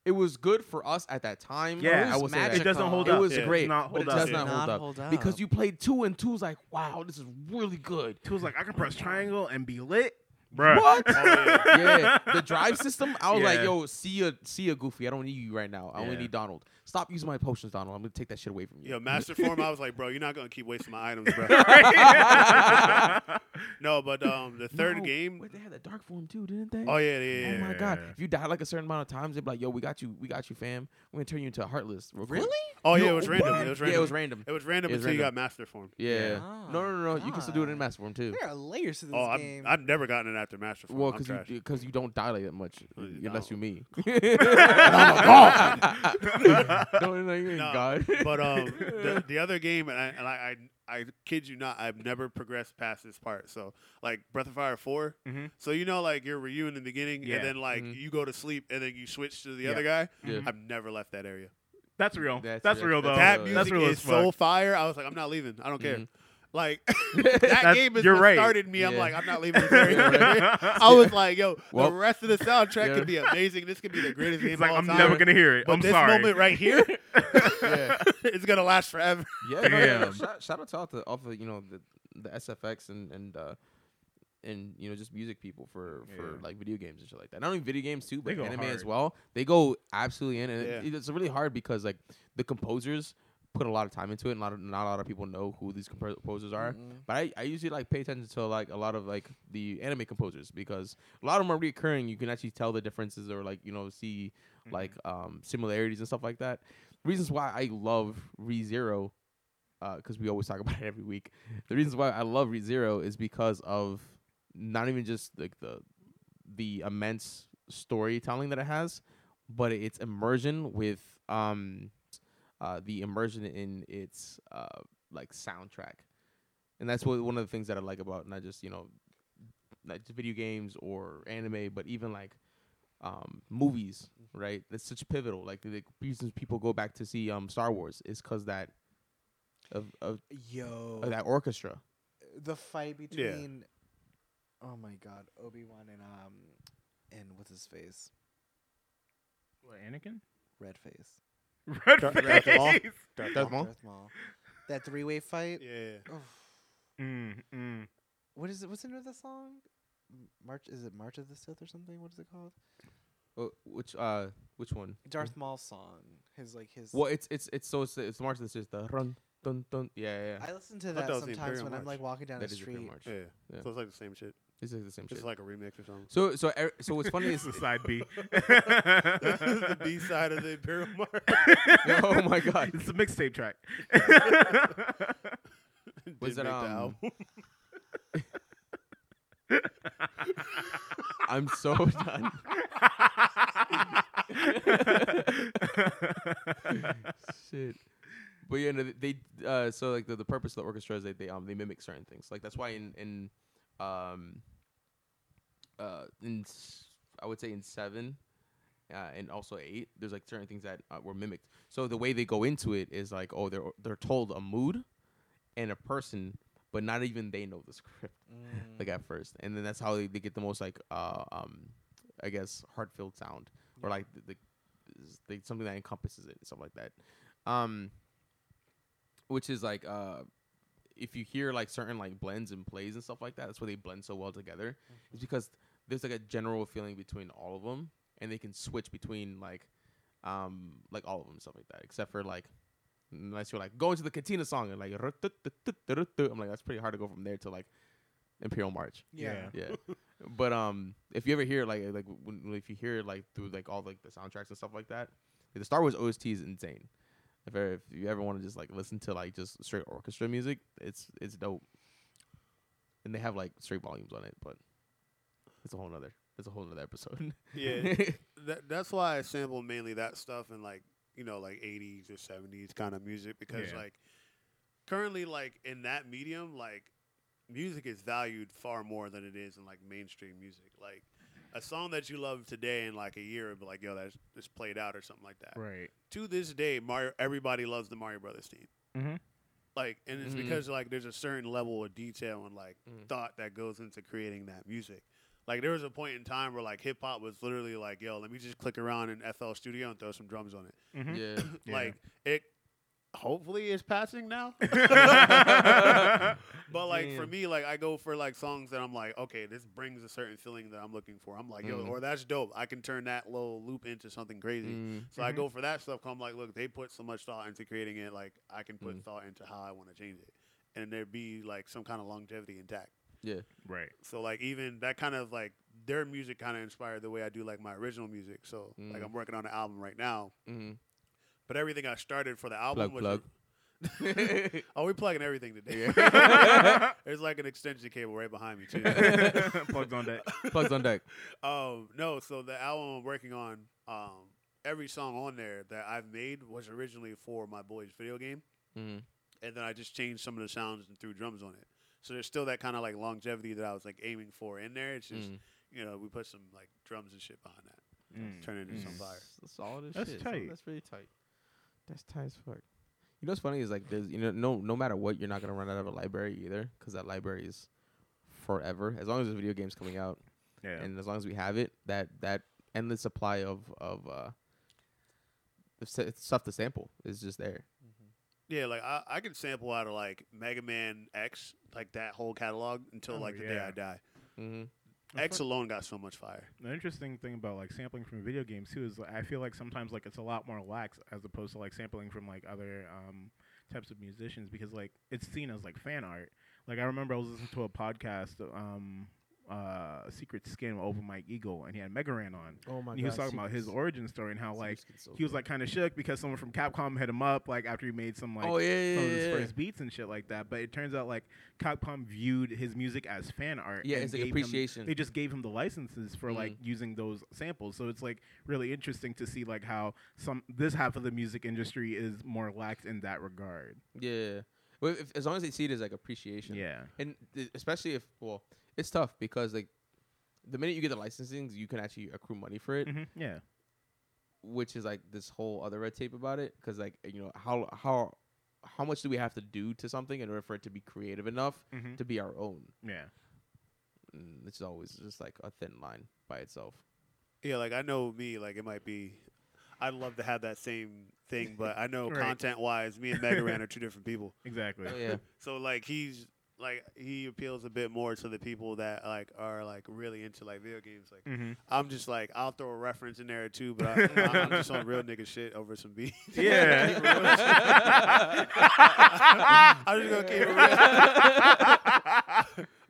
It was good for us at that time. Yeah. I It will was say that. It doesn't hold It up. was Yeah. great, Does not but hold it up. does It not does hold not up, hold because up. you played two and two's like, wow, this is really good. Two was like, I can press triangle and be lit. Bruh. What? Oh, yeah, the drive system. I was like, Yeah. yo, see ya, see ya, Goofy. I don't need you right now. I only Yeah. need Donald. Stop using my potions, Donald. I'm gonna take that shit away from you. Yo, Master Form, I was like, bro, you're not gonna keep wasting my items, bro. no, but um, the third No, game. Wait, they had the dark form too, didn't they? Oh yeah, yeah, yeah. Oh my god! Yeah. If you die like a certain amount of times, they'd be like, "Yo, we got you, we got you, fam. We're gonna turn you into a heartless." real quick." Really? Oh yeah, Yo, it was random. what? It was Yeah, random. it was random. Ah. It was random It was until you got random. Master Form. Yeah. Oh, no, no, no, no. You can still do it in God. master form too. There are layers to this Oh, game. I've, I've never gotten it after Master Form. Well, I'm because trash. you because you don't die like that much you unless you don't. me. God. no, no, you ain't No, God. but um, the, the other game, and I and I, I I kid you not, I've never progressed past this part. So like Breath of Fire 4 Mhm. So you know, like you're Ryu in the beginning, Yeah. and then like Mhm. you go to sleep, and then you switch to the Yeah. Mm-hmm. other guy. Yeah. I've never left that area. That's real. That's That's, real. real though. that uh, music Oh, that's real is as fuck. so fire. I was like, I'm not leaving. I don't care. Mhm. Like that game is you're what right. started me. I'm Yeah. like, I'm not leaving. This area. I was like, yo, Well. the rest of the soundtrack Yeah. could be amazing. This could be the greatest game He's of like, all I'm time. never gonna hear it. but I'm this sorry. moment right here, yeah, it's gonna last forever. yeah. no, no, no. Damn. Shout, shout out to all the off of you know the the SFX and and uh, and you know just music people for for Yeah. like video games and shit like that. Not only video games too, They but go anime as hard. well. They go absolutely in, and it- Yeah. it's really hard because like the composers put a lot of time into it. And a lot of, not a lot of people know who these compos- composers are. But I, I usually like pay attention to like a lot of like the anime composers because a lot of them are recurring. You can actually tell the differences or like you know see like um, similarities and stuff like that. Reasons why I love Re Zero because we always talk about it every week. The reasons why I love ReZero is because of not even just like the the immense storytelling that it has, but its immersion with um uh, the immersion in its uh like soundtrack, and that's what one of the things that I like about not just you know not just video games or anime, but even like um, movies, right? That's such pivotal. Like the- the reasons people go back to see um, Star Wars is because that of, of Yo, of Oh, that orchestra. the fight Yeah. between, oh my god, Obi Wan and um, and what's his face, What, Anakin? red face, Red Darth Maul? face. Darth Maul? Darth Maul. that three way fight. Yeah. Oof. Mm, mm. What is it? What's the name of the song? M- March is it March of the Sith or something? What is it called? Uh, which uh, which one? Darth Maul song. His like his. Well, it's it's it's so it's, it's March that's just the run dun dun. Yeah, yeah. yeah. I listen to thought that that was the sometimes Imperial when I'm March. like walking down That the is Imperial street. March. yeah, Yeah. So it's like the same shit. It's like the same It's shit. like a remix or something. so so er, so what's funny is It's the side B. the B side of the Imperial March. oh my god It's a mixtape track. was Didn't make that the um. album. I'm so done. Shit. But yeah, no, they uh, so like the, the purpose of the orchestra is they they um they mimic certain things. Like that's why in in um uh in s- I would say in seven. Uh, and also eight. There's like certain things that uh, were mimicked. So the way they go into it is like, oh, they're they're told a mood, and a person, but not even they know the script Mm. like at first, and then that's how they, they get the most like uh um I guess heartfelt sound or like the, the s- they, something that encompasses it and stuff like that, um, which is like uh if you hear like certain like blends and plays and stuff like that, that's why they blend so well together. It's because there's like a general feeling between all of them, and they can switch between like um like all of them stuff like that, except for like unless you're like going to the Katina song and like "Rut-tut-tut-tut-rut-tut." I'm like that's pretty hard to go from there to like Imperial March. Yeah. Yeah. but um if you ever hear like like when, if you hear it, like through like all like the soundtracks and stuff like that, the Star Wars OST is insane. If, ever, if you ever want to just like listen to like just straight orchestra music, it's it's dope. And they have like straight volumes on it, but it's a whole nother it's a whole nother episode. Yeah. that, that's why I sample mainly that stuff and like you know like 80s or 70s kind of music because Yeah. like currently like in that medium like music is valued far more than it is in like mainstream music like a song that you love today in like a year would be like yo that's just played out or something like that right. to this day Mario everybody loves the Mario Brothers theme Mhm. like and it's Mhm. because like there's a certain level of detail and like Mhm. thought that goes into creating that music like there was a point in time where like hip hop was literally like, yo, let me just click around in FL Studio and throw some drums on it. Mhm. yeah. Yeah. Like it hopefully is passing now. but like for Damn. me, like I go for like songs that I'm like, okay, this brings a certain feeling that I'm looking for. I'm like, yo, Mm. or that's dope. I can turn that little loop into something crazy. Mm. So I Mhm. go for that stuff. 'cause I'm like, look, they put so much thought into creating it. Like I can put Mm. thought into how I want to change it, and there be like some kind of longevity intact. Yeah. Right. So like even that kind of like their music kind of inspired the way I do like my original music. So like Mm. I'm working on an album right now, Mhm. but everything I started for the album Plug, was plug. oh we plugging everything today. There's like an extension cable right behind me too. Plugs on deck. Plugs on deck. um no, so the album I'm working on, um every song on there that I've made was originally for my boy's video game, Mhm. and then I just changed some of the sounds and threw drums on it. So there's still that kind of like longevity that I was like aiming for in there. It's just Mm. you know we put some like drums and shit behind that. Mm. turn it into Mm. some fire. S- Solid as That's shit. So tight. That's really tight. That's tight as fuck. You know what's funny is like there's you know no no matter what you're not gonna run out of a library either because that library is forever as long as the video game's coming out Yeah. and as long as we have it that that endless supply of of uh of sa- stuff to sample is just there. Yeah, like I, I can sample out of like Mega Man X, like that whole catalog until Oh, like the day yeah. I die. Mm-hmm. That's X alone got so much fire. The interesting thing about like sampling from video games too is like, I feel like sometimes like it's a lot more lax as opposed to like sampling from like other um types of musicians because like it's seen as like fan art. Like I remember I was listening to a podcast, um, uh, Secret Skin with Open Mike Eagle, and he had Megaran on. Oh my and he was talking about his origin story and how like he was like kind of shook because someone from Capcom hit him up like after he made some like oh yeah, yeah, some of his yeah, yeah. first beats and shit like that. But it turns out like Capcom viewed his music as fan art. Yeah, and it's like gave him- appreciation. they just gave him the licenses for like using those samples. So it's like really interesting to see like how some this half of the music industry is more lax in that regard. yeah. Well, if, as long as they see it as like appreciation. Yeah. And th- especially if well, it's tough because like the minute you get the licensing, you can actually accrue money for it, hmm Yeah. which is like this whole other red tape about it. Because like you know how how how much do we have to do to something in order for it to be creative enough Mm-hmm. Mhm. to be our own? Yeah. Mm, It's always just like a thin line by itself. Yeah, like I know me, like it might be. I'd love to have that same thing, but I know Right. content wise, me and Megaran are two different people. Exactly. Oh, yeah. So like he's like he appeals a bit more to the people that like are like really into like video games. Like hmm I'm just like I'll throw a reference in there too, but I, I'm just on real nigga shit over some beats. I'm just gonna keep it real.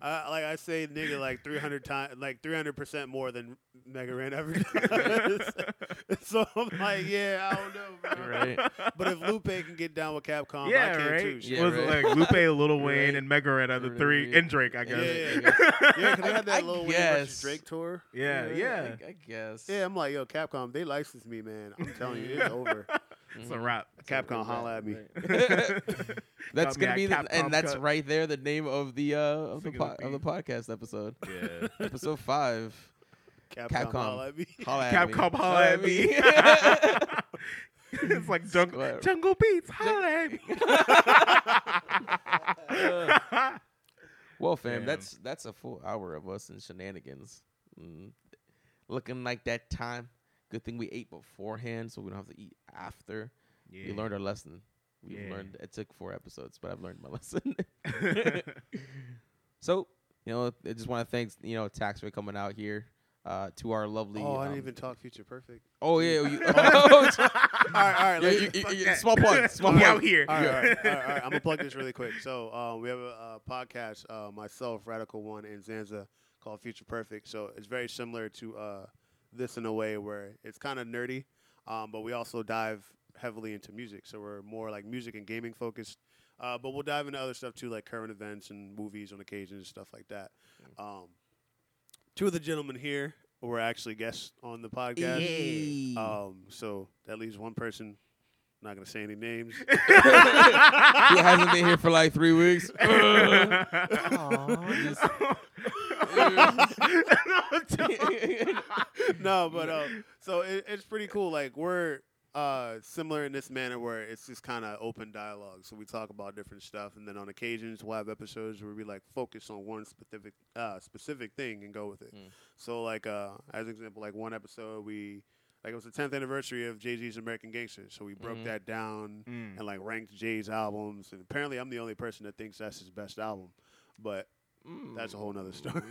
I, like I say, nigga, like 300 times, like 300 percent more than Mega Ran ever does. so I'm like, yeah, I don't know, bro. right. But if Lupe can get down with Capcom, I yeah, can right. too. Yeah, was it right. like Lupe, Lil Right. Wayne, and Megaran are the Right, three, right. and Drake, I Yeah, guess. yeah, Yeah, yeah. yeah 'cause they had I- I that Lil Wayne versus guess. Drake tour. Yeah, yeah. I, I guess. Yeah, I'm like, yo, Capcom, they licensed me, man. I'm telling you, it's over. It's Mm-hmm. a wrap. Capcom, holla at me. That's Got me gonna at be, the, and Capcom that's cut. right there the name of the uh of the Think it'll po- of the be- podcast episode, Yeah. episode five. Capcom, Capcom. holla at me. Holla at me. Capcom, holla at me. it's like jungle, Square. jungle beats, holla at me. well, fam, Damn. that's that's a full hour of us and shenanigans. Mm. Looking like that time. Good thing we ate beforehand, so we don't have to eat after. We learned our lesson. We Yeah. learned. It took four episodes, but I've learned my lesson. so you know, I just want to thank you know Tax for coming out here. Uh, to our lovely. Oh, I um, didn't even talk Future Perfect. Oh yeah. You, oh, all right, all right, yeah, like, you- you- fuck you- that. small plug. Small we plug. out here. All right, all right, all right, all right. I'm gonna plug this really quick. So uh, we have a, uh podcast, uh, myself, Radical One, and Zanza, called Future Perfect. So it's very similar to uh, this in a way where it's kind of nerdy, um, but we also dive heavily into music. So we're more like music and gaming focused. Uh, but we'll dive into other stuff too, like current events and movies on occasion and stuff like that. Um, two of the gentlemen here were actually guests on the podcast. Yay. Um, so that leaves one person. Not gonna say any names. who oh, hasn't Oh, been here for like three weeks. no, but uh, so it, it's pretty cool. Like we're uh, similar in this manner where it's just kind of open dialogue. So we talk about different stuff, and then on occasions we'll have episodes where we like focus on one specific uh, specific thing and go with it. Mm. So like uh, as an example, like one episode we like it was the 10th anniversary of Jay Z's American Gangster, so we broke Mhm. that down Mm. and like ranked Jay's albums. And apparently, I'm the only person that thinks that's his best album, but that's a whole nother story.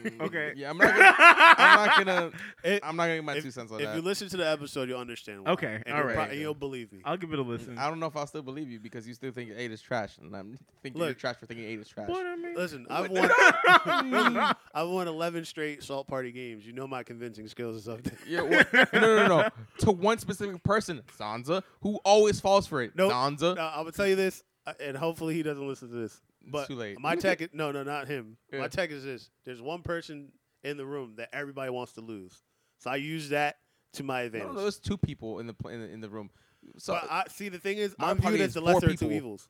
Mm. Okay. Yeah, I'm not. Gonna, I'm not gonna. It- I'm not gonna get my two cents on if that. you listen to the episode, you'll understand. Why. Okay, and all you'll right. pro- and you'll believe me. I'll give it a listen. I don't know if I'll still believe you because you still think eight is trash, and I'm thinking you're Look. trash for thinking eight is trash. What I mean? Listen, I've won. I've won eleven straight salt party games. You know my convincing skills is up there. Yeah, well, no, no, no, no. To one specific person, Sansa, who always falls for it. Nope. Sansa. Now, I will tell you this, uh, and hopefully he doesn't listen to this. But too late. My tech, is, no, no, not him. Yeah. My tech is this: there's one person in the room that everybody wants to lose, so I use that to my No, advantage. no, there's two people in the pl- in the, in the room. So, but I see the thing is, My I'm party viewed as is the four lesser of two people. evils.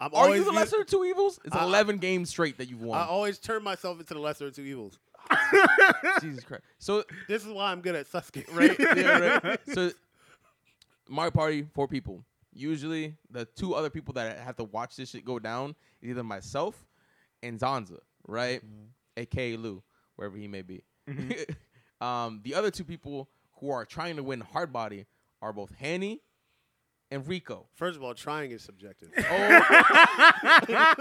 I'm are always you the viewed- lesser of two evils? It's I- 11 games straight that you've I won. always turn myself into the lesser of two evils. Jesus Christ. So This is why I'm good at Suske. right? yeah, right. So, my party, four people. Usually, the two other people that have to watch this shit go down is either myself and Zanza, right? AKA Lou, wherever he may be. um, the other two people who are trying to win hard body are both Hanny and Rico. First of all, trying is subjective. Oh,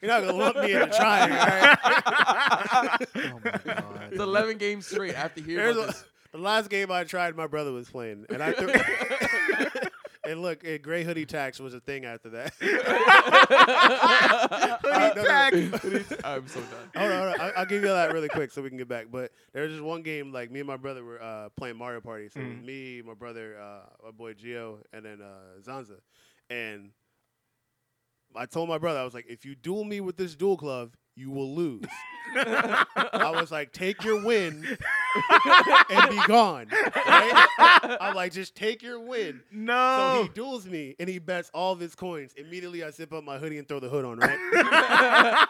You're not gonna lump me into trying. All right? Oh my god. it's 11 games straight after hearing There's about a, this. the last game I tried, my brother was playing, and I threw And look, eh, gray hoodie tax was a thing after that. Hoodie I'm so done. hold on, hold on. I'll, I'll give you that really quick so we can get back. But there was just one game like me and my brother were uh, playing Mario Party. So it was me, my brother, uh, my boy Gio, and then uh, Zanza. And I told my brother, I was like, if you duel me with this duel glove, you will lose. I was like, take your win and be gone. right? I'm like, just take your win. So No. he duels me and he bets all of his coins. Immediately, I zip up my hoodie and throw the hood on, right?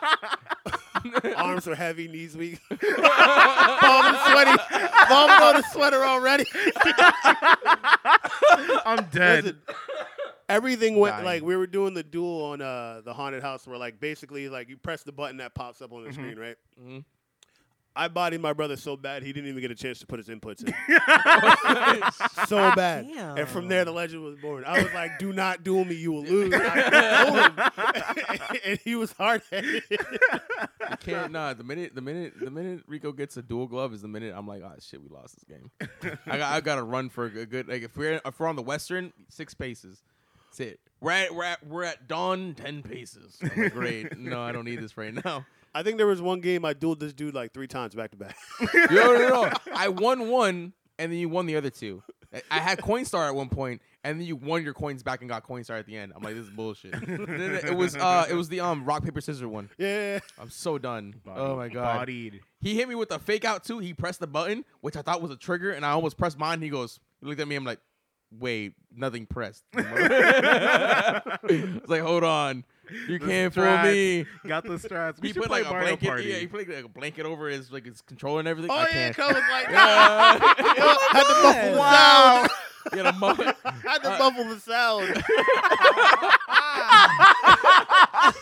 Arms are heavy, knees weak. Palms sweaty. Palms on the sweater already. I'm dead. Listen, everything went Dying. like we were doing the duel on uh, the haunted house where, like, basically, like you press the button that pops up on the screen, right? Mhm. I bodied my brother so bad he didn't even get a chance to put his inputs in. Mm-hmm. so bad. Damn. And from there, the legend was born. I was like, "Do not duel me; you will lose." I told him, and he was hard headed. You can't. Nah, the minute, the minute, the minute Rico gets a dual glove is the minute I'm like, ah, shit, we lost this game. I got, I got to run for a good, good- Like if we're if we're on the Western, six paces. That's it. We're at we're at, we're at dawn, ten paces. I'm like, Great. no, I don't need this right now. I think there was one game I dueled this dude like three times back to back. Yo, no, no, no. I won one, and then you won the other two. I- I had Coinstar at one point, and then you won your coins back and got Coinstar at the end. I'm like, this is bullshit. Then it was uh, it was the um rock paper scissors one. Yeah, I'm so done. Oh Bodied. my god. Bodied. He hit me with a fake out too. He pressed the button, which I thought was a trigger, and I almost pressed mine. He goes, he looked at me. I'm like, wait, nothing pressed. it's like, hold on, you can't fool Strats. me. Got the strats. We He should put play like a Mario blanket. Party. Yeah, he put like a blanket over his like his controller and everything. Oh I yeah, can't. Cole was like, Yeah. had to muffle the sound. He had a mullet. Had to muffle the sound.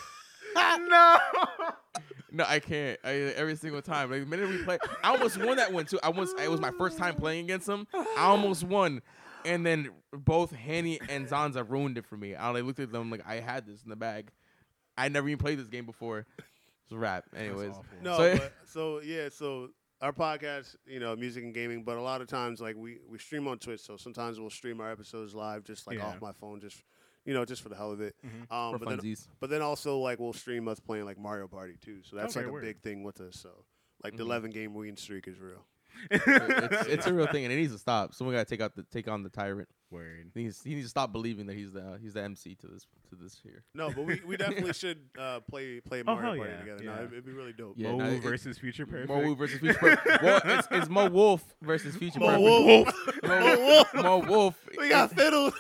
No, I can't. I, every single time, like the minute we play, I almost won that one too. I was it was my first time playing against him. I almost won, and then both Hanny and Zanza ruined it for me. I like, looked at them like I had this in the bag. I never even played this game before. It's a wrap, anyways. No, So- but, so yeah, so our podcast, you know, music and gaming, but a lot of times like we we stream on Twitch, so sometimes we'll stream our episodes live, just like Yeah. off my phone, just you know, just for the hell of it. Um, For but then, funsies. but then also like we'll stream us playing like Mario Party too, so that's Okay, like a word. big thing with us. So like the eleven game win streak is real. it's, it's a real thing, and it needs to stop. Someone got to take out the take on the tyrant. Word. He needs, he needs to stop believing that he's the he's the MC to this to this here. No, but we, we definitely should uh, play play Oh, Mario hell Party yeah, together. No, yeah. it'd, it'd be really dope. Yeah, Mo no, it- versus Future Perfect. Mo Wolf versus Future Perfect. Well, it's, it's Mo Wolf versus Future Mo Perfect. Wolf. Mo Wolf. Mo Wolf. we got fiddled.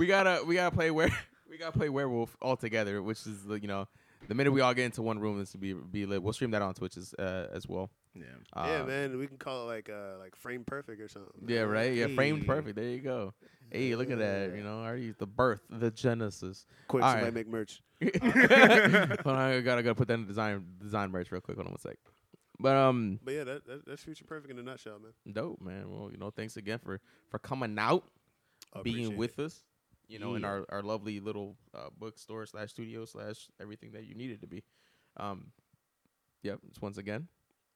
we gotta we gotta play where we gotta play werewolf all together, which is the, you know the minute we all get into one room, this will be be lit. We'll stream that on Twitch as, uh, as well. Yeah. Uh, yeah, man, we can call it like uh, like frame perfect or something. Yeah, right. Yeah, framed Hey. perfect. There you go. Hey, look at that. You know, already the birth, the genesis. Quick, All somebody right. make merch. Hold on, I gotta gotta put that in design design merch real quick. Hold on one sec. But um, But yeah, that, that, that's Future Perfect in a nutshell, man. dope, man. Well, you know, thanks again for for coming out, I appreciate being it. with us. You know, in Yeah. our our lovely little uh, bookstore slash studio slash everything that you needed to be. Um, yep. It's once again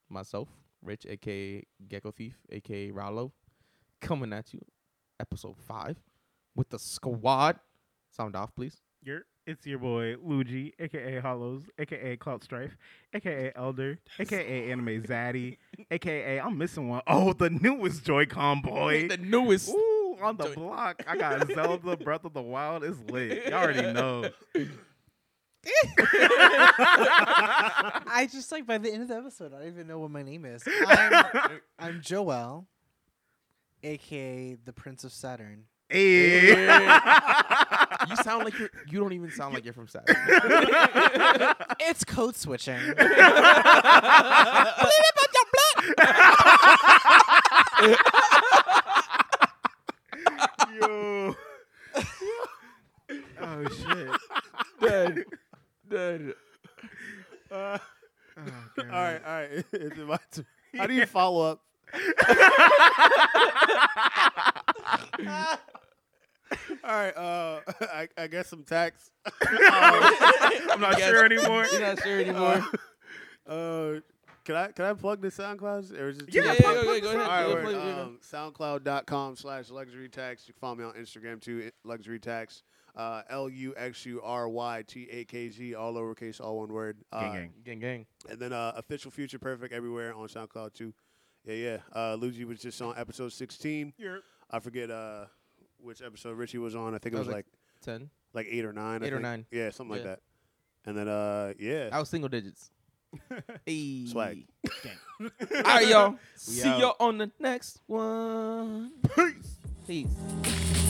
myself, Rich, aka Gecko Thief, aka Rallo, coming at you, episode five, with the squad. Sound off, please. Your, it's your boy Luigi, aka Hollows, aka Clout Strife, aka Elder, aka Anime Zaddy, aka I'm missing one. Oh, the newest Joy-Con boy. The newest. Ooh, on the Joy- block. I got Zelda Breath of the Wild is lit. You already know. I just like by the end of the episode, I don't even know what my name is. I'm, I'm Joel, aka the Prince of Saturn. Hey. You sound like you're. You don't even sound like you're from Saturn. It's code switching. Yo. oh shit. Dead. Dead. Oh, all right, all right. It's my turn. How do you follow up? all right, uh, I, I guess some tax. I'm not sure anymore. You're not sure anymore. Uh, Can I can I plug the SoundCloud? Or is it Yeah, too- plug- All plug right, the word. plug- yeah. um, SoundCloud.com slash luxury tax. You can follow me on Instagram too, i- luxury tax. Uh, L U X U R Y T A K Z, all lowercase, all one word. Uh, Gang, gang. gang gang. And then uh, official future perfect everywhere on SoundCloud too. Yeah, yeah. Uh, Luigi was just on episode 16. I forget uh, which episode Richie was on. I think it was That was like like Ten. like eight or nine. I Eight or think. nine. Yeah, something Yeah. like that. And then uh, yeah. I was single digits. hey. Swag. All right, y'all. See out. y'all on the next one. Peace. Peace.